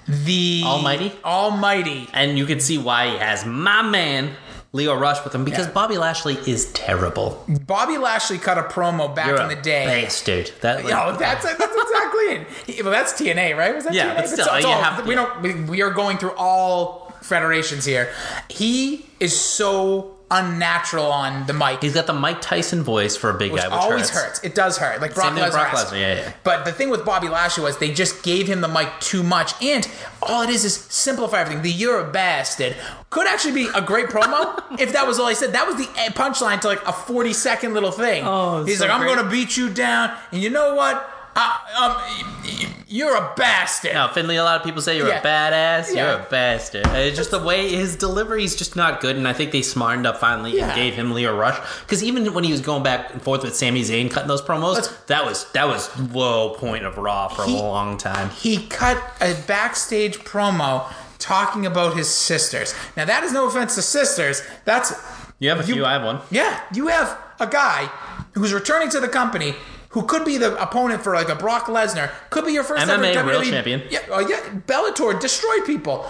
[SPEAKER 1] the
[SPEAKER 2] Almighty?
[SPEAKER 1] Almighty.
[SPEAKER 2] And you can see why he has my man Leo Rush with him because
[SPEAKER 1] Yeah.
[SPEAKER 2] Bobby Lashley is terrible.
[SPEAKER 1] Bobby Lashley cut a promo back
[SPEAKER 2] You're
[SPEAKER 1] in
[SPEAKER 2] a
[SPEAKER 1] the day.
[SPEAKER 2] bastard. That like,
[SPEAKER 1] Yo, that's that's exactly it. He- Well, that's TNA, right? Was that
[SPEAKER 2] Yeah,
[SPEAKER 1] TNA?
[SPEAKER 2] but still,
[SPEAKER 1] so-
[SPEAKER 2] you
[SPEAKER 1] so
[SPEAKER 2] have to-
[SPEAKER 1] we don't. We, we are going through all federations here. He is so unnatural on the mic.
[SPEAKER 2] He's got the Mike Tyson voice for a big
[SPEAKER 1] which
[SPEAKER 2] guy, which
[SPEAKER 1] always
[SPEAKER 2] hurts.
[SPEAKER 1] hurts. It does hurt. Like Brock
[SPEAKER 2] Same thing
[SPEAKER 1] Lesnar.
[SPEAKER 2] with Brock
[SPEAKER 1] has-
[SPEAKER 2] Lesnar, yeah, yeah.
[SPEAKER 1] But the thing with Bobby Lashley was they just gave him the mic too much, and all it is is simplify everything. The "you're a bastard" could actually be a great promo if that was all he said. That was the eh, punchline to like a forty-second little thing.
[SPEAKER 2] Oh, it's
[SPEAKER 1] he's
[SPEAKER 2] so
[SPEAKER 1] like, "I'm
[SPEAKER 2] great."
[SPEAKER 1] gonna beat you down," and you know what? I, um, y- y- you're a bastard.
[SPEAKER 2] Now, Finley, a lot of people say you're
[SPEAKER 1] Yeah.
[SPEAKER 2] a badass, you're
[SPEAKER 1] Yeah.
[SPEAKER 2] a bastard. And It's just the way his delivery is just not good, and I think they smartened up finally
[SPEAKER 1] Yeah.
[SPEAKER 2] and gave him Leo Rush. Because even when he was going back and forth with Sami Zayn cutting those promos,
[SPEAKER 1] Let's-
[SPEAKER 2] that was that was low point of Raw for
[SPEAKER 1] He-
[SPEAKER 2] a long time.
[SPEAKER 1] he cut a backstage promo talking about his sisters. Now that is no offense to sisters. That's
[SPEAKER 2] You have a
[SPEAKER 1] You-
[SPEAKER 2] few, I have one.
[SPEAKER 1] yeah, you have a guy who's returning to the company who could be the opponent for like a Brock Lesnar, could be your first
[SPEAKER 2] MMA
[SPEAKER 1] ever
[SPEAKER 2] world
[SPEAKER 1] WWE
[SPEAKER 2] champion.
[SPEAKER 1] Yeah, oh yeah, Bellator destroyed people,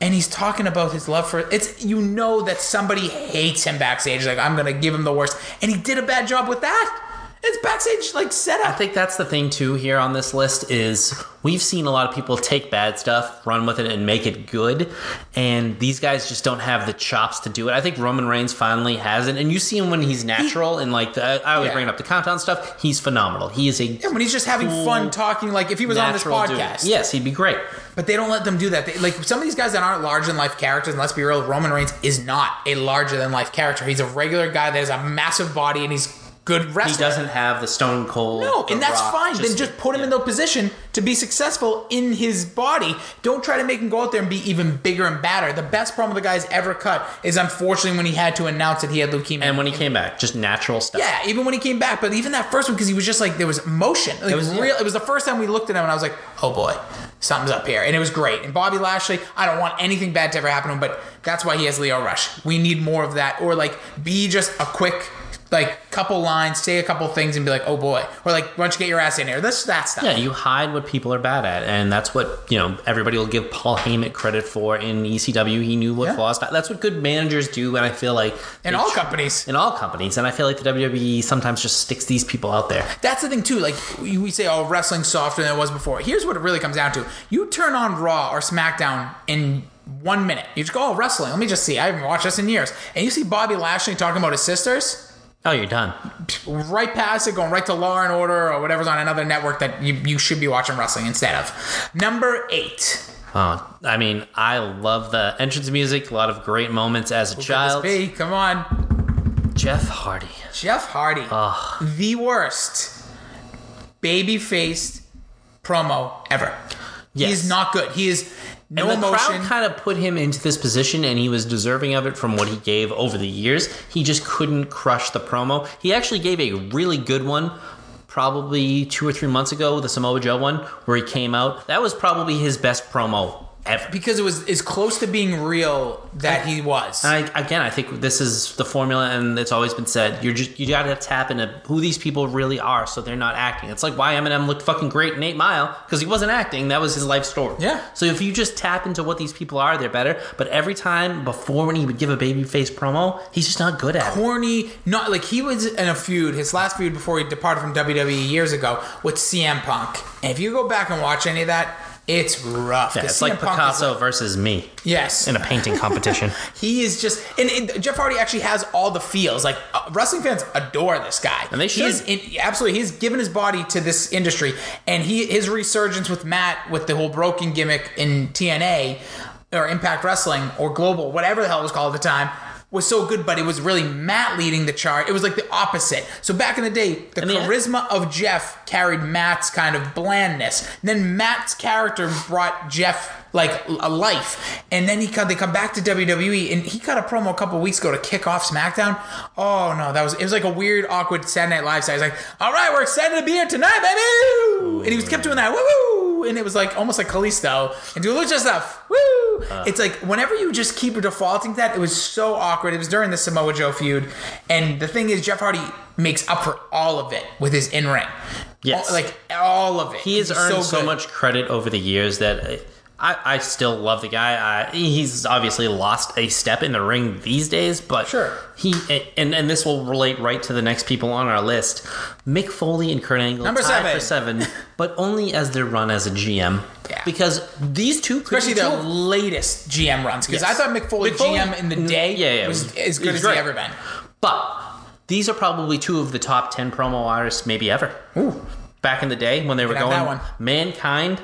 [SPEAKER 1] and he's talking about his love for it's. You know that somebody hates him backstage. Like I'm gonna give him the worst, and he did a bad job with that. It's backstage like setup.
[SPEAKER 2] I think that's the thing too here on this list is we've seen a lot of people take bad stuff, run with it, and make it good, and these guys just don't have the chops to do it. I think Roman Reigns finally has it, and you see him when he's natural and like the, I always
[SPEAKER 1] Yeah.
[SPEAKER 2] bring up the countdown stuff. He's phenomenal. He is a
[SPEAKER 1] Yeah, when he's just having fun talking, like if he was on this
[SPEAKER 2] natural dude.
[SPEAKER 1] podcast.
[SPEAKER 2] Yes, he'd be great.
[SPEAKER 1] But they don't let them do that. They, like some of these guys that aren't larger than life characters, and let's be real, Roman Reigns is not a larger than life character. He's a regular guy that has a massive body and he's good wrestler.
[SPEAKER 2] He doesn't have the Stone Cold.
[SPEAKER 1] No,
[SPEAKER 2] The
[SPEAKER 1] and that's
[SPEAKER 2] Rock,
[SPEAKER 1] fine. then just put him in
[SPEAKER 2] yeah.
[SPEAKER 1] the position to be successful in his body. Don't try to make him go out there and be even bigger and badder. The best promo the guy's ever cut is unfortunately when he had to announce that he had leukemia.
[SPEAKER 2] And when he came back, just natural stuff.
[SPEAKER 1] yeah, even when he came back, but even that first one because he was just like there was motion. Like, it was
[SPEAKER 2] was- yeah.
[SPEAKER 1] real. It was the first time we looked at him, and I was like, oh boy, something's up here. And it was great. And Bobby Lashley, I don't want anything bad to ever happen to him, but that's why he has Leo Rush. We need more of that, or like be just a quick. Like couple lines, say a couple things, and be like, "Oh boy," or like, "Why don't you get your ass in here?" That's that stuff.
[SPEAKER 2] Yeah, you hide what people are bad at, and that's what you know. Everybody will give Paul Heyman credit for in ECW. He knew what
[SPEAKER 1] Yeah.
[SPEAKER 2] flaws. That's what good managers do, and I feel like
[SPEAKER 1] in
[SPEAKER 2] they
[SPEAKER 1] all
[SPEAKER 2] tr-
[SPEAKER 1] companies.
[SPEAKER 2] in all companies, and I feel like the WWE sometimes just sticks these people out there.
[SPEAKER 1] That's the thing too. Like we we say, oh, wrestling's softer than it was before. Here's what it really comes down to: you turn on Raw or SmackDown in one minute. You just go, oh, wrestling. Let me just see. I haven't watched this in years. And you see Bobby Lashley talking about his sisters.
[SPEAKER 2] Oh, you're done.
[SPEAKER 1] Right past it, going right to Law and Order or whatever's on another network that you, you should be watching wrestling instead of. Number eight.
[SPEAKER 2] Oh, I mean, I love the entrance music. A lot of great moments as a child.
[SPEAKER 1] Hey, come on,
[SPEAKER 2] Jeff Hardy.
[SPEAKER 1] Jeff Hardy,
[SPEAKER 2] Ugh.
[SPEAKER 1] the worst baby faced promo ever.
[SPEAKER 2] Yes.
[SPEAKER 1] He's not good. He is no
[SPEAKER 2] and the
[SPEAKER 1] emotion.
[SPEAKER 2] crowd kind of put him into this position, and he was deserving of it from what he gave over the years. He just couldn't crush the promo. He actually gave a really good one, probably two or three months ago, the Samoa Joe one, where he came out. That was probably his best promo ever.
[SPEAKER 1] because it was as close to being real that he was.
[SPEAKER 2] And I, again, I think this is the formula, and it's always been said. You're just you gotta tap into who these people really are, so they're not acting. It's like why Eminem looked fucking great in Eight Mile because he wasn't acting. That was his life story.
[SPEAKER 1] Yeah.
[SPEAKER 2] So if you just tap into what these people are, they're better. But every time before when he would give a babyface promo, he's just not good at it.
[SPEAKER 1] Horny, not like he was in a feud. His last feud before he departed from WWE years ago with CM Punk. And if you go back and watch any of that, it's rough.
[SPEAKER 2] Yeah,
[SPEAKER 1] 'Cause
[SPEAKER 2] it's
[SPEAKER 1] CM
[SPEAKER 2] like
[SPEAKER 1] Punk is-
[SPEAKER 2] Picasso versus me
[SPEAKER 1] yes,
[SPEAKER 2] in a painting competition.
[SPEAKER 1] he is just. And, and Jeff Hardy actually has all the feels. Like uh, wrestling fans adore this guy,
[SPEAKER 2] And they
[SPEAKER 1] He is
[SPEAKER 2] should.
[SPEAKER 1] in, absolutely. He's given his body to this industry, and he his resurgence with Matt with the whole broken gimmick in TNA or Impact Wrestling or Global, whatever the hell it was called at the time. Was so good, but it was really Matt leading the chart. It was like the opposite. So back in the day, the
[SPEAKER 2] And the-
[SPEAKER 1] charisma of Jeff carried Matt's kind of blandness. And then Matt's character brought Jeff like a life. And then he cut, they come back to WWE, and he cut a promo a couple weeks ago to kick off SmackDown. Oh no, that was it was like a weird, awkward Saturday Night Live. Side. He's like, "All right, we're excited to be here tonight, baby!" And he was kept doing that, woo, and it was like almost like Kalisto and do lucha stuff, woo.
[SPEAKER 2] Uh.
[SPEAKER 1] it's like whenever you just keep defaulting to that, it was so awkward. It was during the Samoa Joe feud, and the thing is, Jeff Hardy makes up for all of it with his in ring.
[SPEAKER 2] Yes.
[SPEAKER 1] like all of it.
[SPEAKER 2] He has
[SPEAKER 1] He's
[SPEAKER 2] earned so,
[SPEAKER 1] good.
[SPEAKER 2] much credit over the years that uh, I, I still love the guy. I, he's obviously lost a step in the ring these days, but
[SPEAKER 1] Sure.
[SPEAKER 2] he and and this will relate right to the next people on our list. Mick Foley and Kurt Angle
[SPEAKER 1] Number
[SPEAKER 2] tied for
[SPEAKER 1] seven.
[SPEAKER 2] seven, but only as their run as a GM.
[SPEAKER 1] Yeah.
[SPEAKER 2] Because these two, could
[SPEAKER 1] Especially
[SPEAKER 2] be
[SPEAKER 1] their
[SPEAKER 2] two-
[SPEAKER 1] latest GM runs, because I
[SPEAKER 2] Yes.
[SPEAKER 1] thought McFoley,
[SPEAKER 2] Mick Foley-
[SPEAKER 1] GM in the
[SPEAKER 2] Mm,
[SPEAKER 1] day
[SPEAKER 2] yeah, yeah,
[SPEAKER 1] was
[SPEAKER 2] it was-
[SPEAKER 1] as
[SPEAKER 2] it
[SPEAKER 1] good
[SPEAKER 2] was
[SPEAKER 1] as
[SPEAKER 2] great.
[SPEAKER 1] he ever been.
[SPEAKER 2] But these are probably two of the top 10 promo artists maybe ever. Ooh. Back in the day when they were
[SPEAKER 1] Can have
[SPEAKER 2] going,
[SPEAKER 1] that one.
[SPEAKER 2] Mankind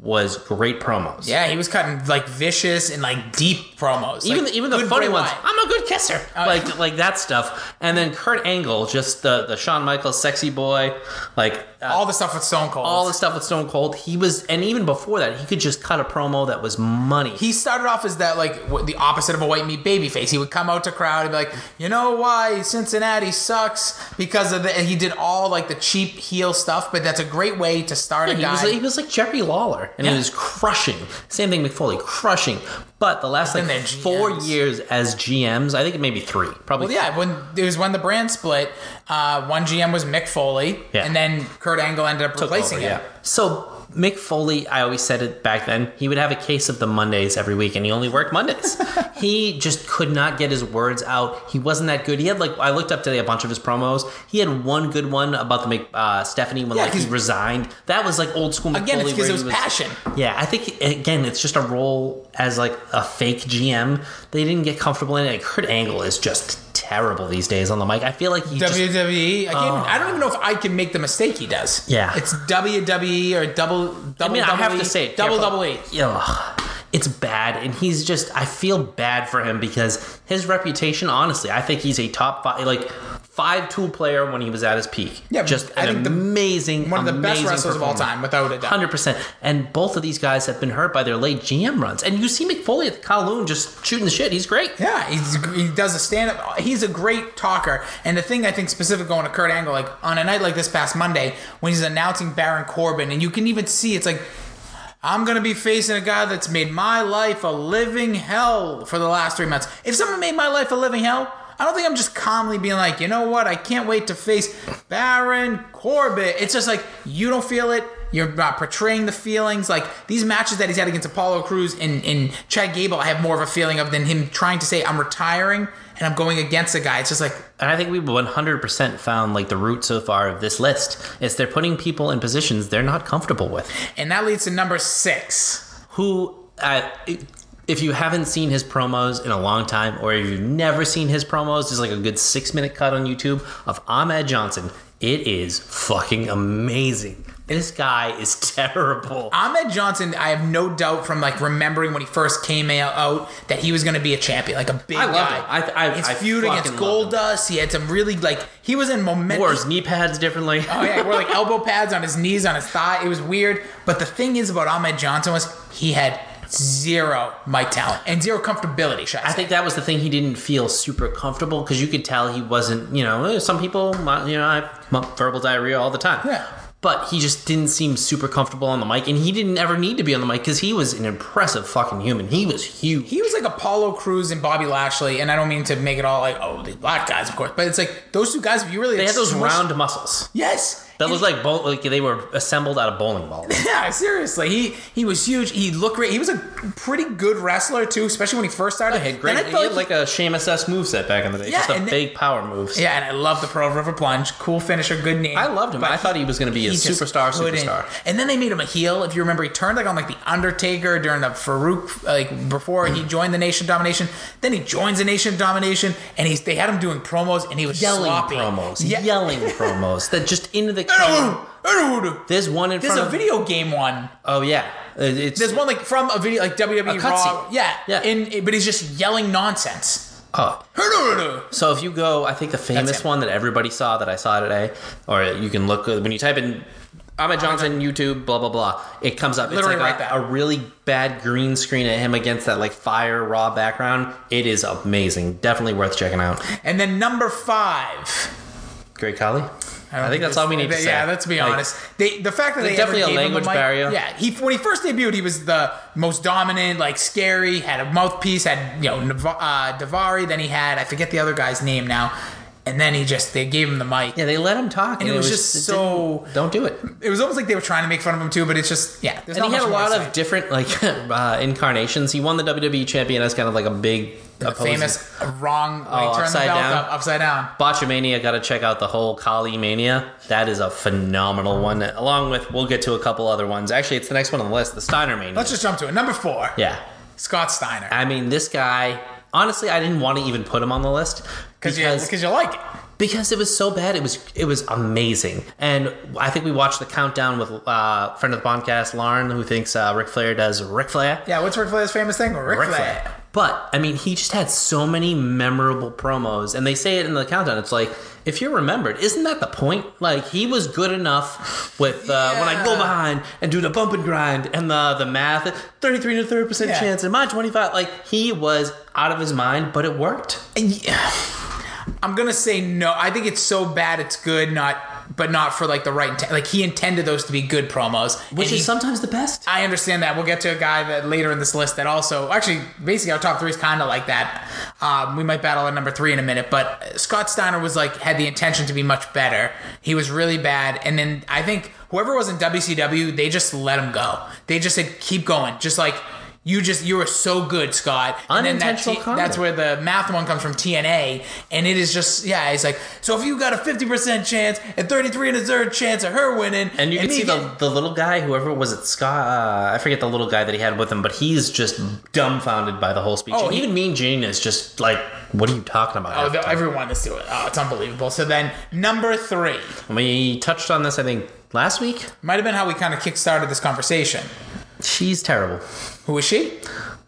[SPEAKER 2] was great promos.
[SPEAKER 1] Yeah, he was cutting like vicious and like deep promos.
[SPEAKER 2] Even
[SPEAKER 1] like,
[SPEAKER 2] the, even the
[SPEAKER 1] good
[SPEAKER 2] funny
[SPEAKER 1] Bray
[SPEAKER 2] ones.
[SPEAKER 1] Wyatt.
[SPEAKER 2] I'm a good kisser. like like that stuff. And then Kurt Angle, just the the Shawn Michaels sexy boy, like uh,
[SPEAKER 1] all the stuff with Stone Cold.
[SPEAKER 2] all the stuff with Stone Cold. He was and even before that, he could just cut a promo that was money.
[SPEAKER 1] he started off as that like w- the opposite of a white meat baby face. He would come out to crowd and be like, "You know why Cincinnati sucks because of the." And he did all like the cheap heel stuff, but that's a great way to start a
[SPEAKER 2] he,
[SPEAKER 1] guy.
[SPEAKER 2] was, he was like Jerry Lawler, and he
[SPEAKER 1] Yeah.
[SPEAKER 2] was crushing. Same thing, McFoley, crushing. But the last
[SPEAKER 1] But
[SPEAKER 2] like
[SPEAKER 1] then they're
[SPEAKER 2] four
[SPEAKER 1] GMs.
[SPEAKER 2] years as GMs, I think it may be three, probably.
[SPEAKER 1] well, yeah, when it was when the brand split, uh, one GM was Mick Foley,
[SPEAKER 2] Yeah.
[SPEAKER 1] and then Kurt Angle ended up
[SPEAKER 2] took
[SPEAKER 1] replacing
[SPEAKER 2] over,
[SPEAKER 1] him.
[SPEAKER 2] So Mick Foley, I always said it back then, he would have a case of the Mondays every week, and he only worked Mondays. he just could not get his words out. He wasn't that good. He had like I looked up today a bunch of his promos. He had one good one about the Mc- uh, Stephanie when
[SPEAKER 1] Yeah,
[SPEAKER 2] like he
[SPEAKER 1] 'cause-
[SPEAKER 2] resigned. That was like old school.
[SPEAKER 1] Again, it's
[SPEAKER 2] McFoley,
[SPEAKER 1] because
[SPEAKER 2] where
[SPEAKER 1] it was,
[SPEAKER 2] he
[SPEAKER 1] passion.
[SPEAKER 2] Yeah, I think again, it's just a role as like a fake GM. They didn't get comfortable in it. Kurt Angle is just terrible these days on the mic. I feel like he just Oh.
[SPEAKER 1] WWE. E, I, can't even, I don't even know if I can make the mistake he does.
[SPEAKER 2] Yeah.
[SPEAKER 1] it's WWE or double.
[SPEAKER 2] I
[SPEAKER 1] double
[SPEAKER 2] mean, I have
[SPEAKER 1] double E,
[SPEAKER 2] to say it.
[SPEAKER 1] double
[SPEAKER 2] careful.
[SPEAKER 1] double E.
[SPEAKER 2] Ugh. It's bad, and he's just. I feel bad for him because his reputation. Honestly, I think he's a top five, like five tool player when he was at his peak.
[SPEAKER 1] Yeah,
[SPEAKER 2] just
[SPEAKER 1] I
[SPEAKER 2] an
[SPEAKER 1] think the-
[SPEAKER 2] amazing,
[SPEAKER 1] One of the best wrestlers of all time, without a doubt.
[SPEAKER 2] Hundred percent. And both of these guys have been hurt by their late GM runs. And you see McFoley at the Kowloon just shooting the shit. He's great.
[SPEAKER 1] Yeah, he's, he does a stand up. He's a great talker. And the thing I think specific going to Kurt Angle, like on a night like this past Monday, when he's announcing Baron Corbin, and you can even see it's like, I'm going to be facing a guy that's made my life a living hell for the last three months. If someone made my life a living hell, I don't think I'm just calmly being like, you know what, I can't wait to face Baron Corbin. It's just like, you don't feel it. You're not portraying the feelings. Like these matches that he's had against Apollo Cruz and, and Chad Gable, I have more of a feeling of than him trying to say, I'm retiring and I'm going against a guy. It's just like,
[SPEAKER 2] And I think we 100% found like the root so far of this list is they're putting people in positions they're not comfortable with.
[SPEAKER 1] and that leads to number six.
[SPEAKER 2] who uh, if you haven't seen his promos in a long time or if you've never seen his promos there's like a good six minute cut on youtube of ahmed johnson it is fucking amazing this guy is terrible
[SPEAKER 1] Ahmed Johnson, I have no doubt from like remembering when he first came out that he was going to be a champion, like a big
[SPEAKER 2] I love
[SPEAKER 1] guy.
[SPEAKER 2] him. I- I-
[SPEAKER 1] His
[SPEAKER 2] I
[SPEAKER 1] feud against
[SPEAKER 2] fucking love him.
[SPEAKER 1] Goldust, he had some really like he was in momentum.
[SPEAKER 2] wore his knee pads differently
[SPEAKER 1] Oh yeah, he wore like elbow pads on his knees, on his thigh. It was weird. But the thing is about Ahmed Johnson was he had zero mic talent and zero comfortability. Should I,
[SPEAKER 2] I
[SPEAKER 1] say.
[SPEAKER 2] think that was the thing. He didn't feel super comfortable because you could tell he wasn't. You know, eh, some people, you know, I have verbal diarrhea all the time.
[SPEAKER 1] Yeah.
[SPEAKER 2] But he just didn't seem super comfortable on the mic, and he didn't ever need to be on the mic because he was an impressive fucking human. He was huge.
[SPEAKER 1] he was like Apollo Cruz and Bobby Lashley, and I don't mean to make it all like oh the black guys of course, but it's like those two guys. If you really
[SPEAKER 2] they had those
[SPEAKER 1] smushed-
[SPEAKER 2] round muscles
[SPEAKER 1] yes
[SPEAKER 2] that
[SPEAKER 1] And-
[SPEAKER 2] looked like bo- like they were assembled out of bowling balls.
[SPEAKER 1] Yeah, seriously, he he was huge. He looked great. He was a pretty good wrestler too, especially when he first started.
[SPEAKER 2] He had great,
[SPEAKER 1] Then I
[SPEAKER 2] he
[SPEAKER 1] felt
[SPEAKER 2] had like a Sheamus S moveset back in the day.
[SPEAKER 1] Yeah,
[SPEAKER 2] just a
[SPEAKER 1] and the-
[SPEAKER 2] big power moves.
[SPEAKER 1] yeah, and I love the Pearl River Plunge. Cool finisher, good name.
[SPEAKER 2] I loved him.
[SPEAKER 1] But
[SPEAKER 2] I thought he was going to be a
[SPEAKER 1] he just
[SPEAKER 2] superstar,
[SPEAKER 1] couldn't.
[SPEAKER 2] superstar.
[SPEAKER 1] And then they made him a heel. If you remember, he turned like on like the Undertaker during the Farouk, like before
[SPEAKER 2] Mm-hmm.
[SPEAKER 1] he joined the Nation of Domination. Then he joins the Nation of Domination, and he's they had him doing promos, and he was
[SPEAKER 2] Yelling
[SPEAKER 1] sloppy.
[SPEAKER 2] promos,
[SPEAKER 1] Yeah.
[SPEAKER 2] yelling promos that just into the camera.
[SPEAKER 1] There's
[SPEAKER 2] There's one in front
[SPEAKER 1] a
[SPEAKER 2] of
[SPEAKER 1] video game one.
[SPEAKER 2] Oh yeah, It- it's
[SPEAKER 1] There's one like from a video like WWE
[SPEAKER 2] A
[SPEAKER 1] Raw.
[SPEAKER 2] cutscene.
[SPEAKER 1] Yeah.
[SPEAKER 2] Yeah.
[SPEAKER 1] And but he's just yelling nonsense.
[SPEAKER 2] oh. So if you go, I think the famous
[SPEAKER 1] him.
[SPEAKER 2] one that everybody saw that I saw today, or you can look when you type in Ahmed Johnson YouTube, blah blah blah. It comes up.
[SPEAKER 1] Literally
[SPEAKER 2] it's like
[SPEAKER 1] right
[SPEAKER 2] a,
[SPEAKER 1] there.
[SPEAKER 2] a really bad green screen at him against that like fire raw background. It is amazing. Definitely worth checking out.
[SPEAKER 1] And then number five.
[SPEAKER 2] Great Kali. I, think that's all we need to
[SPEAKER 1] yeah,
[SPEAKER 2] say.
[SPEAKER 1] Yeah, let's be
[SPEAKER 2] Like,
[SPEAKER 1] honest. They, the fact that they
[SPEAKER 2] There's
[SPEAKER 1] ever
[SPEAKER 2] definitely a
[SPEAKER 1] gave him
[SPEAKER 2] language
[SPEAKER 1] mic-
[SPEAKER 2] barrier.
[SPEAKER 1] Yeah, he when he first debuted, he was the most dominant, like scary, had a mouthpiece, had you know Nav- uh, Davari. Then he had I forget the other guy's name now. and then he just they gave him the mic.
[SPEAKER 2] Yeah, they let him talk, and,
[SPEAKER 1] it was just
[SPEAKER 2] it
[SPEAKER 1] so-
[SPEAKER 2] didn't- Don't do it.
[SPEAKER 1] It was almost like they were trying to make fun of him too, but it's just yeah. There's not
[SPEAKER 2] And he had a
[SPEAKER 1] much more
[SPEAKER 2] lot
[SPEAKER 1] to
[SPEAKER 2] of different like uh, incarnations. He won the WWE champion as kind of like a big
[SPEAKER 1] say. the
[SPEAKER 2] opposing-
[SPEAKER 1] famous wrong like,
[SPEAKER 2] Oh,
[SPEAKER 1] turn
[SPEAKER 2] upside
[SPEAKER 1] the belt
[SPEAKER 2] down?
[SPEAKER 1] up upside down.
[SPEAKER 2] Botchamania, got to check out the whole Kali Mania. That is a phenomenal one. Along with, we'll get to a couple other ones. Actually, it's the next one on the list, the Steiner Mania.
[SPEAKER 1] Let's just jump to it. Number four,
[SPEAKER 2] yeah.
[SPEAKER 1] Scott Steiner,
[SPEAKER 2] I mean, this guy. Honestly, I didn't want to even put him on the list
[SPEAKER 1] because you because you like it.
[SPEAKER 2] because it was so bad. It was it was amazing, and I think we watched the countdown with uh, friend of the podcast, Lauren, who thinks uh, Ric Flair does Ric Flair.
[SPEAKER 1] Yeah, what's Ric Flair's famous thing? Ric,
[SPEAKER 2] Ric
[SPEAKER 1] Flair.
[SPEAKER 2] Flair. But I mean, he just had so many memorable promos, and they say it in the countdown. It's like if you're remembered, isn't that the point? Like he was good enough with uh, when I go
[SPEAKER 1] Yeah.
[SPEAKER 2] behind and do the bump and grind and the the math, thirty three to thirty percent
[SPEAKER 1] Yeah.
[SPEAKER 2] chance and my twenty five. Like he was out of his mind, but it worked.
[SPEAKER 1] Yeah. I'm gonna say no. I think it's so bad it's good, not but not for like the right intent. Like he intended those to be good promos, and
[SPEAKER 2] Which is
[SPEAKER 1] he-
[SPEAKER 2] sometimes the best.
[SPEAKER 1] I understand that. We'll get to a guy that later in this list that also actually basically our top three is kind of like that. Um, we might battle at number three in a minute, but Scott Steiner was like had the intention to be much better. He was really bad, and then I think whoever was in WCW, they just let him go. They just said keep going, just like. You just you were so good, Scott. And then that
[SPEAKER 2] Unintentional
[SPEAKER 1] T-
[SPEAKER 2] comedy.
[SPEAKER 1] that's where the math one comes from TNA, and it is just yeah. It's like so if you got a fifty percent chance and thirty three and a third chance of her winning,
[SPEAKER 2] And you can
[SPEAKER 1] me
[SPEAKER 2] see
[SPEAKER 1] getting-
[SPEAKER 2] the, the little guy, whoever was it, Scott, uh, I forget the little guy that he had with him, but he's just dumbfounded by the whole speech.
[SPEAKER 1] Oh,
[SPEAKER 2] and
[SPEAKER 1] he-
[SPEAKER 2] even Mean Gene is just like, what are you talking about?
[SPEAKER 1] Oh,
[SPEAKER 2] half the
[SPEAKER 1] the,
[SPEAKER 2] time?
[SPEAKER 1] everyone is doing it. Oh, it's unbelievable. So then, number three
[SPEAKER 2] We touched on this, I think, last week.
[SPEAKER 1] might have been how we kind of kickstarted this conversation.
[SPEAKER 2] She's terrible.
[SPEAKER 1] Who is she?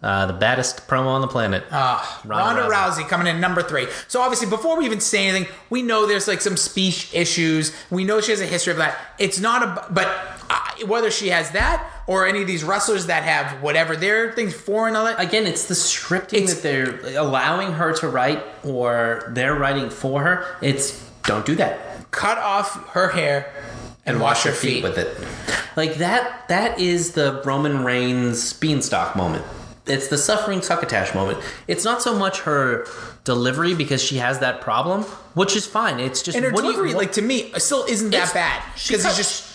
[SPEAKER 2] Uh, the baddest promo on the planet. Uh,
[SPEAKER 1] Ronda, Rousey. coming in number three. So obviously, before we even say anything, we know there's like some speech issues. We know she has a history of that. It's not a but uh, whether she has that or any of these wrestlers that have whatever their things foreign all that.
[SPEAKER 2] Again, it's the scripting
[SPEAKER 1] It's-
[SPEAKER 2] that they're allowing her to write or they're writing for her. It's don't do that.
[SPEAKER 1] cut off her hair and, wash, her feet.
[SPEAKER 2] with it. Like that that is the Roman Reigns beanstalk moment. It's the suffering succotash moment. It's not so much her delivery because she has that problem, which is fine. It's just
[SPEAKER 1] And her
[SPEAKER 2] what do you-
[SPEAKER 1] delivery,
[SPEAKER 2] what-
[SPEAKER 1] like to me, still isn't that
[SPEAKER 2] It's-
[SPEAKER 1] bad
[SPEAKER 2] she
[SPEAKER 1] because
[SPEAKER 2] cut-
[SPEAKER 1] it's just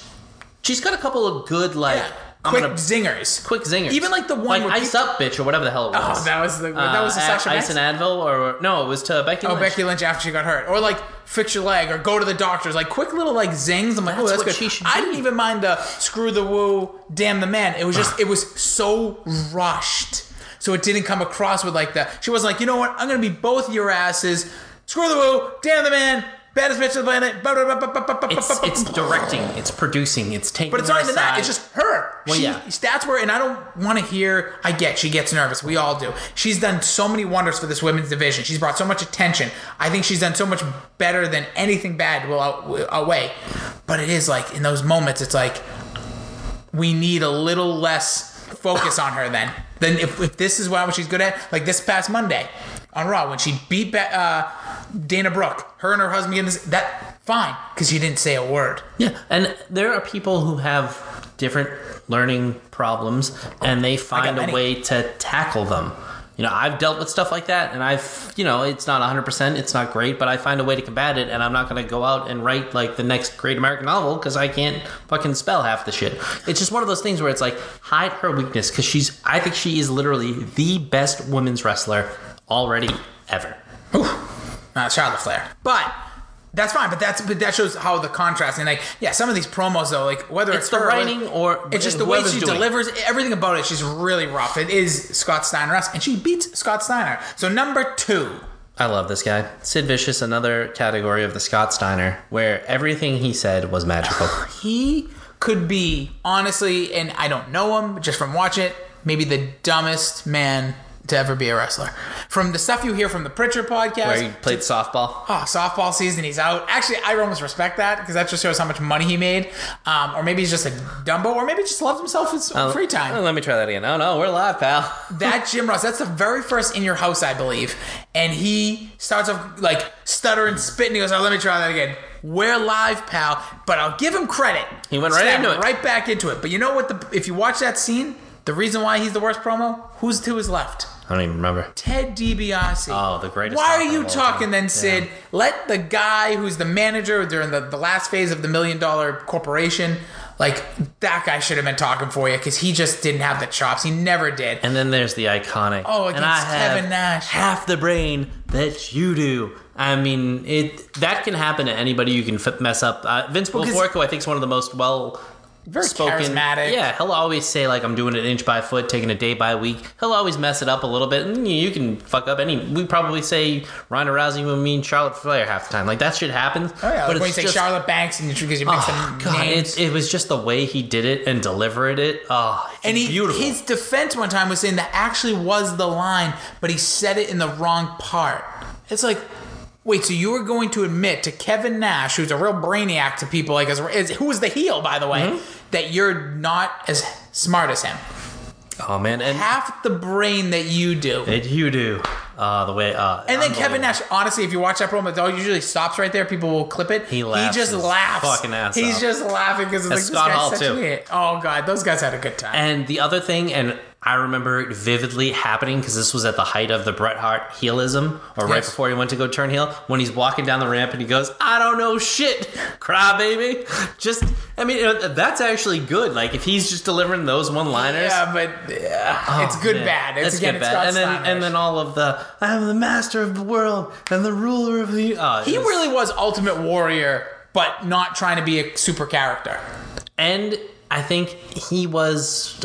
[SPEAKER 2] she's got a couple of good like
[SPEAKER 1] yeah,
[SPEAKER 2] I'm
[SPEAKER 1] quick
[SPEAKER 2] gonna
[SPEAKER 1] zingers.
[SPEAKER 2] quick zingers.
[SPEAKER 1] Even like the one
[SPEAKER 2] like
[SPEAKER 1] where
[SPEAKER 2] ice up, bitch, or whatever the hell it was.
[SPEAKER 1] Oh, that was the that was the
[SPEAKER 2] Uh,
[SPEAKER 1] Sasha
[SPEAKER 2] Ice
[SPEAKER 1] Banks.
[SPEAKER 2] and Advil, or no, it was to Becky.
[SPEAKER 1] Oh,
[SPEAKER 2] Lynch.
[SPEAKER 1] Becky Lynch after she got hurt, or like fix your leg, or go to the doctors, like quick little like zings. I'm like, oh,
[SPEAKER 2] That's
[SPEAKER 1] that's
[SPEAKER 2] what
[SPEAKER 1] good.
[SPEAKER 2] she should
[SPEAKER 1] I
[SPEAKER 2] do.
[SPEAKER 1] didn't even mind the screw the woo, damn the man. It was just it was so rushed, so it didn't come across with like the. She wasn't like, you know what, I'm gonna be both your asses. Screw the woo, damn the man, baddest bitch on the planet. blah, blah, blah, blah, blah, blah,
[SPEAKER 2] It's
[SPEAKER 1] blah, blah,
[SPEAKER 2] it's
[SPEAKER 1] blah."
[SPEAKER 2] directing, it's producing, it's taking.
[SPEAKER 1] But it's not
[SPEAKER 2] her
[SPEAKER 1] even that.
[SPEAKER 2] aside.
[SPEAKER 1] It's just her.
[SPEAKER 2] Well,
[SPEAKER 1] she,
[SPEAKER 2] yeah.
[SPEAKER 1] That's where, and I don't want to hear. I get she gets nervous. We all do. She's done so many wonders for this women's division. She's brought so much attention. I think she's done so much better than anything bad will out, away. But it is like in those moments, it's like we need a little less focus on her then. Then if, if this is what she's good at, like this past Monday on Raw when she beat Ba- uh, Dana Brooke, her and her husband getting this, that fine because she didn't say a word.
[SPEAKER 2] yeah. And there are people who have different learning problems, and they find a
[SPEAKER 1] many.
[SPEAKER 2] way to tackle them. You know, I've dealt with stuff like that, and I've, you know, it's not 100%, it's not great, but I find a way to combat it, and I'm not going to go out and write, like, the next great American novel because I can't fucking spell half the shit. It's just one of those things where it's like, hide her weakness because she's, I think she is literally the best women's wrestler already ever.
[SPEAKER 1] not Charlotte Uh, Flair. But that's fine. But that's but that shows how the contrast and like yeah, some of these promos though, like whether it's,
[SPEAKER 2] It's the
[SPEAKER 1] her,
[SPEAKER 2] writing
[SPEAKER 1] like,
[SPEAKER 2] or
[SPEAKER 1] it's just the way
[SPEAKER 2] whoever's
[SPEAKER 1] she
[SPEAKER 2] doing it.
[SPEAKER 1] delivers everything about it. She's really rough. It is Scott Steiner esque, and she beats Scott Steiner. So number two,
[SPEAKER 2] I love this guy. Sid Vicious, another category of the Scott Steiner, where everything he said was magical.
[SPEAKER 1] he could be honestly, and I don't know him but just from watching it, maybe the dumbest man to ever be a wrestler. From the stuff you hear from the Pritchard podcast,
[SPEAKER 2] where he played softball.
[SPEAKER 1] oh, softball season, he's out. Actually, I almost respect that because that just shows how much money he made. Um, or maybe he's just a dumbo, or maybe he just loves himself his free
[SPEAKER 2] Oh,
[SPEAKER 1] time.
[SPEAKER 2] let me try that again. Oh, no, we're live, pal.
[SPEAKER 1] that Jim Ross, that's the very first in your house, I believe. And he starts off like stuttering, spitting. He goes, oh, let me try that again. We're live, pal. But I'll give him credit.
[SPEAKER 2] He went right
[SPEAKER 1] Stabbed
[SPEAKER 2] into it.
[SPEAKER 1] Right back into it. But you know what? The, if you watch that scene, the reason why he's the worst promo Who's to his left?
[SPEAKER 2] I don't even remember.
[SPEAKER 1] Ted DiBiase.
[SPEAKER 2] Oh, the greatest
[SPEAKER 1] Why are
[SPEAKER 2] actor
[SPEAKER 1] you
[SPEAKER 2] of all
[SPEAKER 1] talking
[SPEAKER 2] time.
[SPEAKER 1] then,
[SPEAKER 2] Yeah.
[SPEAKER 1] Sid? Let the guy who's the manager during the, the last phase of the million dollar corporation, like, that guy should have been talking for you because he just didn't have the chops. He never did.
[SPEAKER 2] And then there's the iconic.
[SPEAKER 1] Oh,
[SPEAKER 2] and I
[SPEAKER 1] against Kevin
[SPEAKER 2] have
[SPEAKER 1] Nash.
[SPEAKER 2] Half the brain that you do. I mean, it that can happen to anybody. You can f- mess up. Uh, Vince
[SPEAKER 1] Because-
[SPEAKER 2] Wilfork, who I think is one of the most well
[SPEAKER 1] Very
[SPEAKER 2] spoken.
[SPEAKER 1] charismatic.
[SPEAKER 2] Yeah, he'll always say like, "I'm doing it inch by foot, taking it day by week." He'll always mess it up a little bit, and you- you can fuck up any. We probably say Ronda Rousey would mean Charlotte Flair half the time. Like that shit happens.
[SPEAKER 1] Oh, yeah. Like
[SPEAKER 2] but
[SPEAKER 1] when you
[SPEAKER 2] it's
[SPEAKER 1] say
[SPEAKER 2] just-
[SPEAKER 1] Charlotte Banks and you, because you mix
[SPEAKER 2] Oh,
[SPEAKER 1] them
[SPEAKER 2] God,
[SPEAKER 1] names.
[SPEAKER 2] it, it was just the way he did it and delivered it. Oh, it's
[SPEAKER 1] And he,
[SPEAKER 2] beautiful.
[SPEAKER 1] his defense one time was saying that actually was the line, but he said it in the wrong part. It's like, wait, so you were going to admit to Kevin Nash, who's a real brainiac to people like us, is, who was the heel, by the way,
[SPEAKER 2] Mm-hmm.
[SPEAKER 1] that you're not as smart as him.
[SPEAKER 2] oh man, and
[SPEAKER 1] Half the brain that you do.
[SPEAKER 2] It you do. Uh, the way. Uh,
[SPEAKER 1] And then Kevin Nash, honestly, if you watch that promo, it all usually stops right there. People will clip it.
[SPEAKER 2] He laughs
[SPEAKER 1] just
[SPEAKER 2] his
[SPEAKER 1] laughs.
[SPEAKER 2] fucking ass
[SPEAKER 1] He's
[SPEAKER 2] off.
[SPEAKER 1] just laughing because it's
[SPEAKER 2] That's
[SPEAKER 1] like
[SPEAKER 2] Scott
[SPEAKER 1] this guy's such
[SPEAKER 2] Hall, too.
[SPEAKER 1] an idiot. Oh god, those guys had a good time.
[SPEAKER 2] And the other thing, and I remember it vividly happening because this was at the height of the Bret Hart heelism, or right
[SPEAKER 1] Yes.
[SPEAKER 2] before he went to go turn heel, when he's walking down the ramp and he goes, "I don't know shit, cry baby." Just, I mean, uh, that's actually good. Like if he's just delivering those one-liners.
[SPEAKER 1] Yeah, but yeah, it's
[SPEAKER 2] Oh,
[SPEAKER 1] good
[SPEAKER 2] man.
[SPEAKER 1] bad. It's
[SPEAKER 2] That's
[SPEAKER 1] again,
[SPEAKER 2] good,
[SPEAKER 1] it's
[SPEAKER 2] bad.
[SPEAKER 1] Scott
[SPEAKER 2] and then
[SPEAKER 1] Steiner.
[SPEAKER 2] and then all of the I am the master of the world and the ruler of the. Uh,
[SPEAKER 1] he really was Ultimate Warrior, but not trying to be a super character.
[SPEAKER 2] And I think he was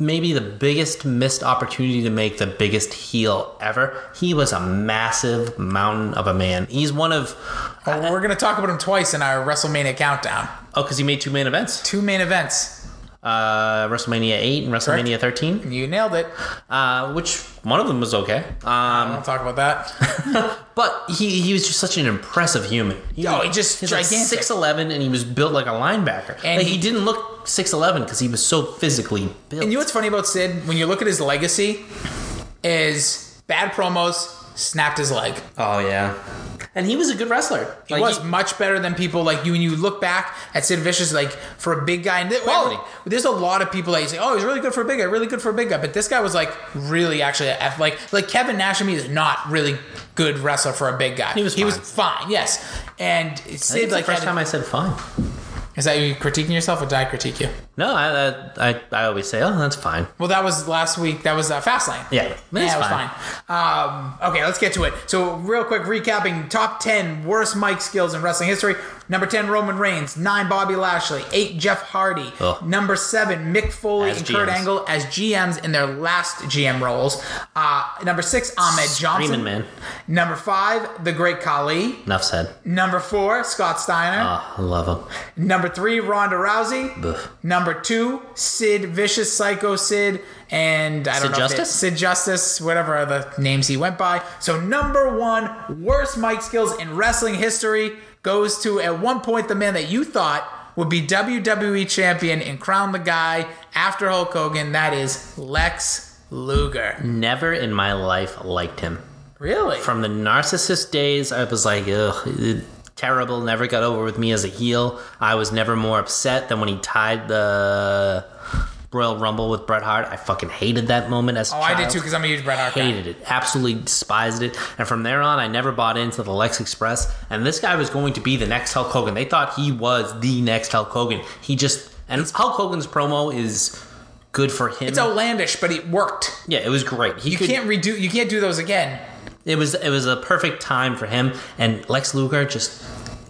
[SPEAKER 2] maybe the biggest missed opportunity to make the biggest heel ever. He was a massive mountain of a man. He's one of Uh,
[SPEAKER 1] Oh, we're gonna talk about him twice in our WrestleMania countdown.
[SPEAKER 2] oh, because he made two main events,
[SPEAKER 1] Two main events.
[SPEAKER 2] uh, WrestleMania eight and WrestleMania thirteen,
[SPEAKER 1] You nailed it.
[SPEAKER 2] uh, which one of them was okay. Um,
[SPEAKER 1] I'll talk about that.
[SPEAKER 2] but he he was just such an impressive human. He,
[SPEAKER 1] Oh, he just
[SPEAKER 2] he's
[SPEAKER 1] gigantic.
[SPEAKER 2] like 6'11", and he was built like a linebacker.
[SPEAKER 1] And
[SPEAKER 2] And he,
[SPEAKER 1] he-
[SPEAKER 2] didn't look six eleven because he was so physically built.
[SPEAKER 1] and you know what's funny about Sid? When you look at his legacy, is bad promos. Snapped his leg.
[SPEAKER 2] oh yeah, and he was a good wrestler.
[SPEAKER 1] He was much better than people like you. When you look back at Sid Vicious, like for a big guy, and th-
[SPEAKER 2] Quality.
[SPEAKER 1] There's a lot of people that you say, "Oh, he's really good for a big guy, really good for a big guy," but this guy was like really actually a F- like like Kevin Nash to me is not really good wrestler for a big guy. He
[SPEAKER 2] was
[SPEAKER 1] he was
[SPEAKER 2] fine.
[SPEAKER 1] fine, yes. And
[SPEAKER 2] I think
[SPEAKER 1] Sid
[SPEAKER 2] it's
[SPEAKER 1] like
[SPEAKER 2] the first
[SPEAKER 1] had-
[SPEAKER 2] time I said fine.
[SPEAKER 1] is that you critiquing yourself or did I critique you?
[SPEAKER 2] No, I, I I I always say, oh, that's fine.
[SPEAKER 1] Well, that was last week. That was uh, Fastlane.
[SPEAKER 2] Yeah,
[SPEAKER 1] yeah,
[SPEAKER 2] that's
[SPEAKER 1] it was fine.
[SPEAKER 2] fine.
[SPEAKER 1] Um, okay, let's get to it. So, real quick, recapping: top ten worst mic skills in wrestling history. Number ten, Roman Reigns. Nine, Bobby Lashley. Eight, Jeff Hardy.
[SPEAKER 2] Ugh.
[SPEAKER 1] Number seven, Mick Foley
[SPEAKER 2] As
[SPEAKER 1] and Kurt
[SPEAKER 2] GMs.
[SPEAKER 1] Angle as GMs in their last GM roles. Uh, number six, Ahmed Johnson.
[SPEAKER 2] Screaming man.
[SPEAKER 1] Number five, the Great Khali.
[SPEAKER 2] Enough said.
[SPEAKER 1] Number four, Scott Steiner.
[SPEAKER 2] Ah, I love him.
[SPEAKER 1] Number three, Ronda Rousey.
[SPEAKER 2] Boof.
[SPEAKER 1] Number two, Sid Vicious Psycho Sid, and I don't know
[SPEAKER 2] Sid
[SPEAKER 1] if it-
[SPEAKER 2] Justice?
[SPEAKER 1] Sid Justice, whatever other names he went by. So number one, worst mic skills in wrestling history goes to at one point the man that you thought would be WWE champion and crown the guy after Hulk Hogan. That is Lex Luger.
[SPEAKER 2] Never in my life liked him.
[SPEAKER 1] Really?
[SPEAKER 2] From the narcissist days, I was like, ugh, eh, terrible. Never got over with me as a heel. I was never more upset than when he tied the Royal Rumble with Bret Hart. I fucking hated that moment as a
[SPEAKER 1] oh,
[SPEAKER 2] child.
[SPEAKER 1] I did too because I'm a huge Bret Hart guy.
[SPEAKER 2] hated it, absolutely despised it. And from there on, I never bought into the Lex Express. And this guy was going to be the next Hulk Hogan. They thought he was the next Hulk Hogan. He just and Hulk Hogan's promo is good for him.
[SPEAKER 1] It's outlandish, but it worked.
[SPEAKER 2] yeah, it was great. He
[SPEAKER 1] You
[SPEAKER 2] could,
[SPEAKER 1] can't redo. You can't do those again.
[SPEAKER 2] It was it was a perfect time for him. And Lex Luger just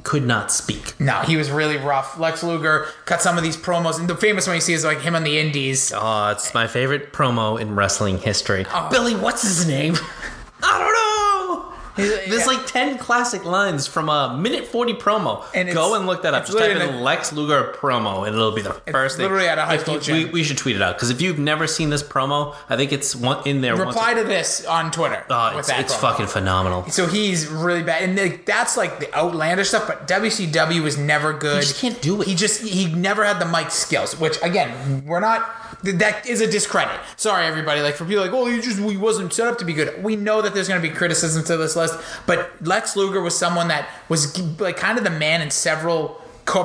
[SPEAKER 2] could not speak.
[SPEAKER 1] No, he was really rough. Lex Luger cut some of these promos, and the famous one you see is like him on the Indies.
[SPEAKER 2] Oh, it's my favorite promo in wrestling history.
[SPEAKER 1] Oh.
[SPEAKER 2] Billy, what's his name? I don't know. There's
[SPEAKER 1] yeah.
[SPEAKER 2] like ten classic lines from a minute forty promo.
[SPEAKER 1] And it's-
[SPEAKER 2] Go and look that up.
[SPEAKER 1] it's
[SPEAKER 2] Just type
[SPEAKER 1] literally
[SPEAKER 2] in
[SPEAKER 1] the-
[SPEAKER 2] Lex Luger promo, and it'll be the first thing.
[SPEAKER 1] literally at a high
[SPEAKER 2] If
[SPEAKER 1] school
[SPEAKER 2] you-
[SPEAKER 1] gym.
[SPEAKER 2] We, we should tweet it out because if you've never seen this promo, I think it's one in there. once.
[SPEAKER 1] Reply to this on Twitter.
[SPEAKER 2] Oh,
[SPEAKER 1] with
[SPEAKER 2] it's,
[SPEAKER 1] that
[SPEAKER 2] it's
[SPEAKER 1] promo.
[SPEAKER 2] fucking phenomenal.
[SPEAKER 1] So he's really bad, and like, that's like the outlandish stuff. But WCW was never good. He
[SPEAKER 2] just can't do it.
[SPEAKER 1] He just he never had the mic skills, which again we're not. th- That is a discredit. Sorry, everybody. Like for people, like oh, he just he wasn't set up to be good. We know that there's going to be criticism to this list, but Lex Luger was someone that was like kind of the man in several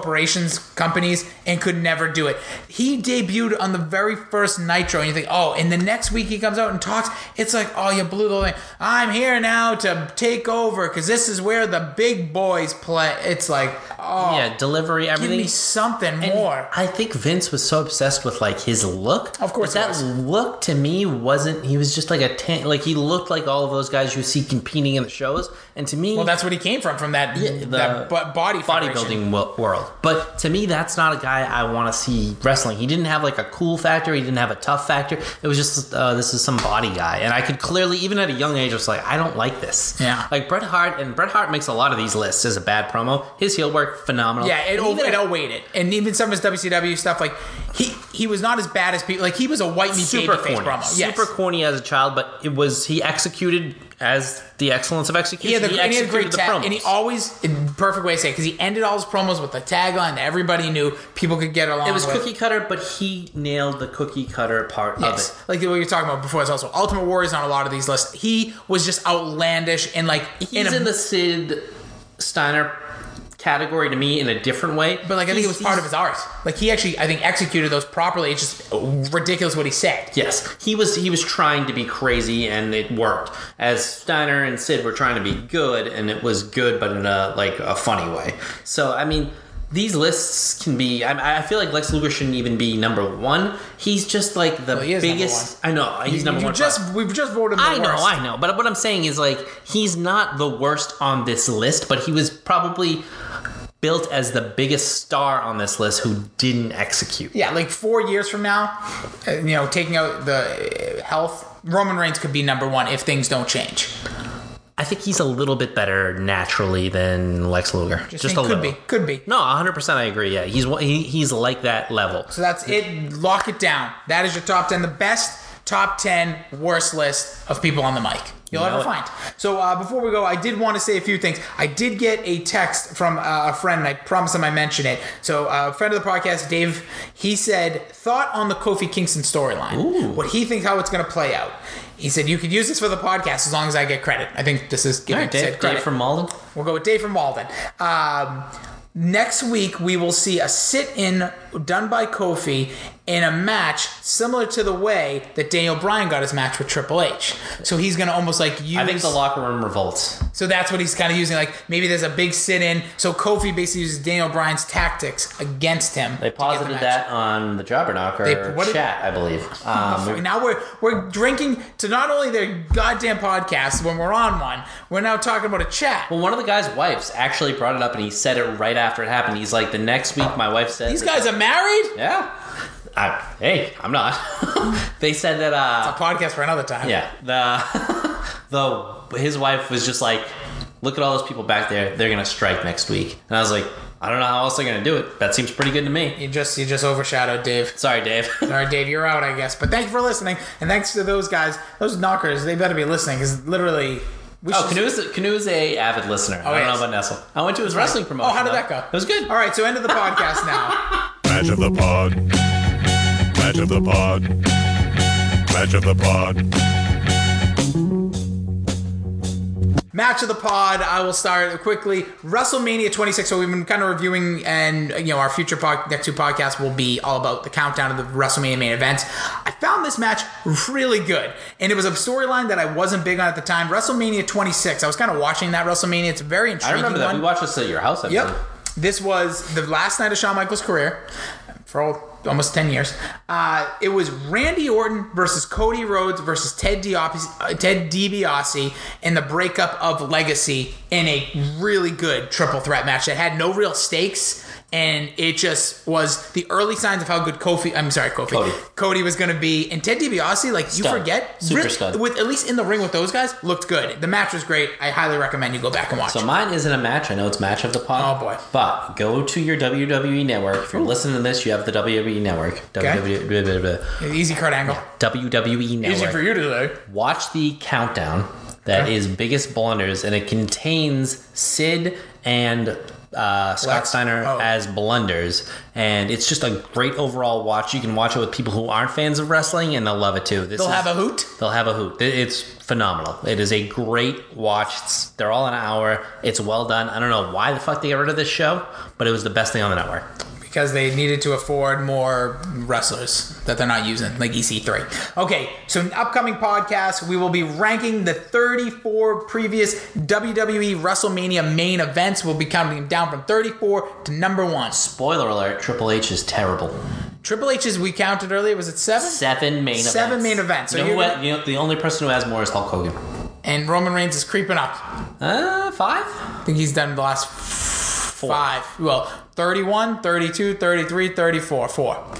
[SPEAKER 1] corporations, companies, and could never do it. He debuted on the very first Nitro, and you think, oh, and the next week he comes out and talks. It's like, oh, you blew the whole thing. I'm here now to take over because this is where the big boys play. It's like, oh,
[SPEAKER 2] yeah, delivery,
[SPEAKER 1] give
[SPEAKER 2] everything.
[SPEAKER 1] me something
[SPEAKER 2] And
[SPEAKER 1] more.
[SPEAKER 2] I think Vince was so obsessed with like his look.
[SPEAKER 1] Of course
[SPEAKER 2] But
[SPEAKER 1] he
[SPEAKER 2] that
[SPEAKER 1] was.
[SPEAKER 2] look to me wasn't. He was just like a tan, like he looked like all of those guys you see competing in the shows. And to me,
[SPEAKER 1] Well, that's what he came from from that
[SPEAKER 2] Yeah, the
[SPEAKER 1] that bu- body federation.
[SPEAKER 2] bodybuilding wo- world. But to me, that's not a guy I want to see wrestling. He didn't have like a cool factor. He didn't have a tough factor. It was just uh, this is some body guy, and I could clearly, even at a young age, I was like, I don't like this.
[SPEAKER 1] Yeah.
[SPEAKER 2] like Bret Hart, and Bret Hart makes a lot of these lists as a bad promo. His heel work phenomenal.
[SPEAKER 1] Yeah, it,
[SPEAKER 2] And
[SPEAKER 1] o-
[SPEAKER 2] even
[SPEAKER 1] it
[SPEAKER 2] at-
[SPEAKER 1] outweighed it, and even some of his WCW stuff, like he he was not as bad as people. Like he was a white meat
[SPEAKER 2] super
[SPEAKER 1] babyface
[SPEAKER 2] corny,
[SPEAKER 1] promo. Yes.
[SPEAKER 2] super corny as a child, but it was he executed as the excellence of
[SPEAKER 1] He
[SPEAKER 2] execution.
[SPEAKER 1] had, the, and he had great
[SPEAKER 2] executed the
[SPEAKER 1] tag,
[SPEAKER 2] promos.
[SPEAKER 1] and he always in perfect way to say because he ended all his promos with a tagline that everybody knew people could get along.
[SPEAKER 2] it was
[SPEAKER 1] with.
[SPEAKER 2] cookie cutter, but he nailed the cookie cutter part
[SPEAKER 1] Yes.
[SPEAKER 2] of it.
[SPEAKER 1] Like what you're talking about before, it's also Ultimate Warrior's on a lot of these lists. He was just outlandish and like
[SPEAKER 2] he's in,
[SPEAKER 1] a-
[SPEAKER 2] the Sid Steiner category to me in a different way.
[SPEAKER 1] But like I think it
[SPEAKER 2] He's-
[SPEAKER 1] was part of his art. Like he actually, I think, executed those properly. It's just ridiculous what he said.
[SPEAKER 2] Yes, he was. He was trying to be crazy, and it worked. As Steiner and Sid were trying to be good, and it was good, but in a like a funny way. So I mean, these lists can be. I, I feel like Lex Luger shouldn't even be number one. He's just like the
[SPEAKER 1] Well, he is number
[SPEAKER 2] biggest. I know he's number
[SPEAKER 1] you
[SPEAKER 2] one.
[SPEAKER 1] Just we've just voted him the
[SPEAKER 2] I know,
[SPEAKER 1] worst.
[SPEAKER 2] I know. But what I'm saying is like he's not the worst on this list, but he was probably built as the biggest star on this list who didn't execute.
[SPEAKER 1] Yeah, like four years from now, uh, you know, taking out the uh, health, Roman Reigns could be number one if things don't change.
[SPEAKER 2] I think he's a little bit better naturally than Lex Luger. Just,
[SPEAKER 1] think
[SPEAKER 2] a
[SPEAKER 1] could
[SPEAKER 2] little.
[SPEAKER 1] be, could be.
[SPEAKER 2] No, 100% I agree. Yeah, he's one- he, he's like that level.
[SPEAKER 1] So that's it. Lock it down. That is your top 10. The best top 10 worst list of people on the mic you'll
[SPEAKER 2] You know
[SPEAKER 1] ever
[SPEAKER 2] it.
[SPEAKER 1] find. So uh, before we go, I did want to say a few things. I did get a text from uh, a friend, and I promise him I mention it. So uh, a friend of the podcast, Dave, he said, thought on the Kofi Kingston storyline. What he thinks how it's going to play out. He said, you could use this for the podcast as long as I get credit. I think this is
[SPEAKER 2] All
[SPEAKER 1] giving
[SPEAKER 2] right,
[SPEAKER 1] Sid
[SPEAKER 2] Dave,
[SPEAKER 1] credit.
[SPEAKER 2] Dave from Malden.
[SPEAKER 1] We'll go with Dave from Walden. Um, next week, we will see a sit in done by Kofi in a match similar to the way that Daniel Bryan got his match with Triple H. So he's going to almost like use.
[SPEAKER 2] I think the locker room revolts.
[SPEAKER 1] so that's what he's kind of using. Like maybe there's a big sit in. So Kofi basically uses Daniel Bryan's tactics against him.
[SPEAKER 2] They
[SPEAKER 1] to get the
[SPEAKER 2] posited
[SPEAKER 1] match.
[SPEAKER 2] that on the Jobber Knocker
[SPEAKER 1] They- what did-
[SPEAKER 2] chat, I believe. Um,
[SPEAKER 1] And Now we're we're drinking to not only their goddamn podcast when we're on one, we're now talking about a chat.
[SPEAKER 2] Well, one of the guy's wives actually brought it up, and he said it right after it happened. He's like, "The next week, my wife said
[SPEAKER 1] These guys are married.
[SPEAKER 2] yeah." I, hey, I'm not. they said that.
[SPEAKER 1] A
[SPEAKER 2] uh
[SPEAKER 1] podcast for another time.
[SPEAKER 2] Yeah, the the his wife was just like, "Look at all those people back there. They're gonna strike next week." And I was like, "I don't know how else they're gonna do it. That seems pretty good to me."
[SPEAKER 1] You just you just overshadowed Dave.
[SPEAKER 2] Sorry, Dave.
[SPEAKER 1] All right, Dave, you're out, I guess. But thank you for listening, and thanks to those guys, those knockers. They better be listening, because literally, we
[SPEAKER 2] Oh, Canoe's, Canoe's a avid listener. I don't
[SPEAKER 1] Oh, yes.
[SPEAKER 2] know about Nestle. I went to his wrestling promotion.
[SPEAKER 1] Oh, how did
[SPEAKER 2] though.
[SPEAKER 1] that go?
[SPEAKER 2] It was good.
[SPEAKER 1] All right, so end of the podcast now.
[SPEAKER 4] Match of the pod. Match of the pod. Match of the pod.
[SPEAKER 1] Match of the pod. I will start quickly. WrestleMania 26. So we've been kind of reviewing, and you know, our future pod, next two podcasts will be all about the countdown of the WrestleMania main events. I found this match really good, and it was a storyline that I wasn't big on at the time. WrestleMania 26. I was kind of watching that WrestleMania. It's a very
[SPEAKER 2] I
[SPEAKER 1] intriguing.
[SPEAKER 2] remember that.
[SPEAKER 1] one.
[SPEAKER 2] We watched this at your house. I
[SPEAKER 1] Yep.
[SPEAKER 2] believe.
[SPEAKER 1] This was the last night of Shawn Michaels' career for all, almost 10 years. Uh, it was Randy Orton versus Cody Rhodes versus Ted DiBiase, uh, Ted DiBiase in the breakup of Legacy in a really good triple threat match that had no real stakes. And it just was the early signs of how good Kofi, I'm sorry, Kofi,
[SPEAKER 2] Cody.
[SPEAKER 1] Cody, was going to be. And Ted DiBiase, like you
[SPEAKER 2] Stud.
[SPEAKER 1] forget,
[SPEAKER 2] Super
[SPEAKER 1] really-
[SPEAKER 2] stud.
[SPEAKER 1] with at least in the ring with those guys, looked good. The match was great. I highly recommend you go back and watch.
[SPEAKER 2] So mine isn't a match. I know it's match of the pod.
[SPEAKER 1] Oh, boy.
[SPEAKER 2] But go to your WWE network. If you're listening to this, you have the WWE network. WWE
[SPEAKER 1] Easy card angle.
[SPEAKER 2] WWE
[SPEAKER 1] Easy for
[SPEAKER 2] E network.
[SPEAKER 1] you to do.
[SPEAKER 2] Watch the countdown that is biggest blunders, and it contains Sid and uh, Scott
[SPEAKER 1] Lex-
[SPEAKER 2] Steiner
[SPEAKER 1] oh.
[SPEAKER 2] as Blunders, and it's just a great overall watch. You can watch it with people who aren't fans of wrestling, and they'll love it too. This
[SPEAKER 1] They'll
[SPEAKER 2] is-
[SPEAKER 1] have a hoot.
[SPEAKER 2] They'll have a hoot. It- It's phenomenal. It is a great watch. It's, they're all an hour. It's well done. I don't know why the fuck they got rid of this show, but it was the best thing on the network.
[SPEAKER 1] because they needed to afford more wrestlers that they're not using, like EC3. Okay, so in upcoming podcast, we will be ranking the 34 previous WWE WrestleMania main events. We'll be counting them down from 34 to number one.
[SPEAKER 2] Spoiler alert: Triple H is terrible.
[SPEAKER 1] Triple H's we counted earlier was it seven?
[SPEAKER 2] Seven main events.
[SPEAKER 1] Seven main events. So
[SPEAKER 2] You know who
[SPEAKER 1] you're-
[SPEAKER 2] ha- you know, the only person who has more is Hulk Hogan.
[SPEAKER 1] And Roman Reigns is creeping up.
[SPEAKER 2] Uh, five?
[SPEAKER 1] I think he's done the last
[SPEAKER 2] Four.
[SPEAKER 1] five. Well, 31, 32, 33, 34, four. Four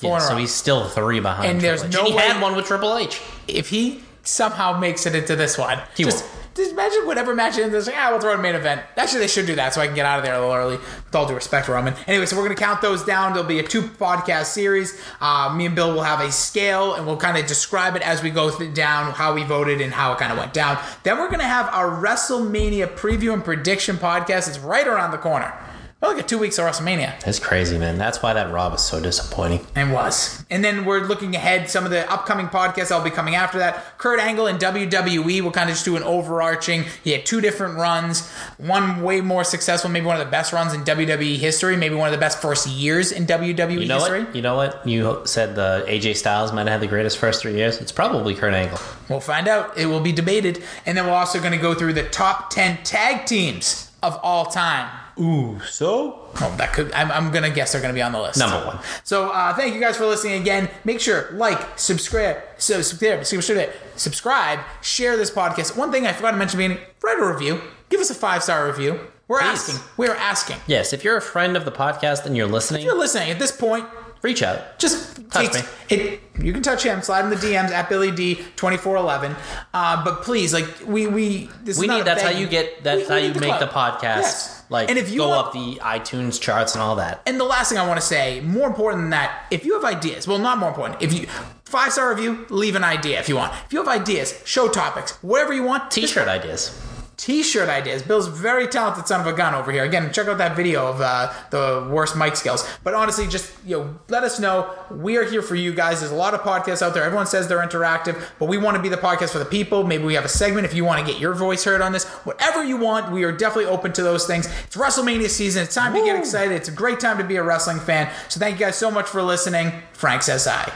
[SPEAKER 2] Yeah,
[SPEAKER 1] in a
[SPEAKER 2] so
[SPEAKER 1] row.
[SPEAKER 2] he's still three behind.
[SPEAKER 1] And there's
[SPEAKER 2] Triple H.
[SPEAKER 1] no
[SPEAKER 2] And he
[SPEAKER 1] way-
[SPEAKER 2] had one with Triple H.
[SPEAKER 1] if he somehow makes it into this one,
[SPEAKER 2] He
[SPEAKER 1] just,
[SPEAKER 2] won't.
[SPEAKER 1] just imagine whatever match it is. it's Like, ah, we'll throw it in main event. Actually, they should do that so I can get out of there a little early. With all due respect, Roman. Anyway, so we're gonna count those down. There'll be a two podcast series. Uh, me and Bill will have a scale, and we'll kind of describe it as we go th- down how we voted and how it kind of went down. Then we're gonna have our WrestleMania preview and prediction podcast. It's right around the corner. We're like at two weeks of WrestleMania.
[SPEAKER 2] That's crazy, man. That's why that Rob is so disappointing.
[SPEAKER 1] And was. And then we're looking ahead, some of the upcoming podcasts that'll be coming after that. Kurt Angle and WWE will kind of just do an overarching. He had two different runs, one way more successful, maybe one of the best runs in WWE history, maybe one of the best first years in WWE
[SPEAKER 2] You know
[SPEAKER 1] history.
[SPEAKER 2] what? You know what? You said the AJ Styles might have had the greatest first three years. It's probably Kurt Angle.
[SPEAKER 1] We'll find out. It will be debated. And then we're also going to go through the top 10 tag teams of all time.
[SPEAKER 2] Ooh, so
[SPEAKER 1] Well, that could. I'm, I'm gonna guess they're gonna be on the list.
[SPEAKER 2] Number one.
[SPEAKER 1] So uh, thank you guys for listening again. Make sure like, subscribe, so subscribe, subscribe, subscribe, share this podcast. One thing I forgot to mention: being write a review, give us a five star review. We're
[SPEAKER 2] Please.
[SPEAKER 1] asking. We're asking.
[SPEAKER 2] yes, if you're a friend of the podcast and you're listening,
[SPEAKER 1] If you're listening at this point.
[SPEAKER 2] reach out.
[SPEAKER 1] Just
[SPEAKER 2] Touch
[SPEAKER 1] take-
[SPEAKER 2] me.
[SPEAKER 1] It, you can touch him. Slide in the DMs at Billy D twenty four eleven. Uh, but please, like we we this
[SPEAKER 2] We
[SPEAKER 1] is not
[SPEAKER 2] need.
[SPEAKER 1] a
[SPEAKER 2] That's how
[SPEAKER 1] begging.
[SPEAKER 2] you get.
[SPEAKER 1] We-
[SPEAKER 2] That's
[SPEAKER 1] we
[SPEAKER 2] how
[SPEAKER 1] need
[SPEAKER 2] you make
[SPEAKER 1] club.
[SPEAKER 2] the podcast
[SPEAKER 1] Yes.
[SPEAKER 2] like
[SPEAKER 1] and if you
[SPEAKER 2] go
[SPEAKER 1] want-
[SPEAKER 2] up the iTunes charts and all that.
[SPEAKER 1] And the last thing I want to say, more important than that, if you have ideas, well, not more important, if you five star review, leave an idea if you want. If you have ideas, show topics, whatever you want, just
[SPEAKER 2] T-shirt ideas.
[SPEAKER 1] T-shirt ideas. Bill's very talented son of a gun over here. Again, check out that video of uh, the worst mic skills. But honestly, just you know, let us know. We are here for you guys. There's a lot of podcasts out there. Everyone says they're interactive, but we want to be the podcast for the people. Maybe we have a segment if you want to get your voice heard on this. Whatever you want, we are definitely open to those things. It's WrestleMania season. It's time to get excited. It's a great time to be a wrestling fan. So thank you guys so much for listening. Frank says hi.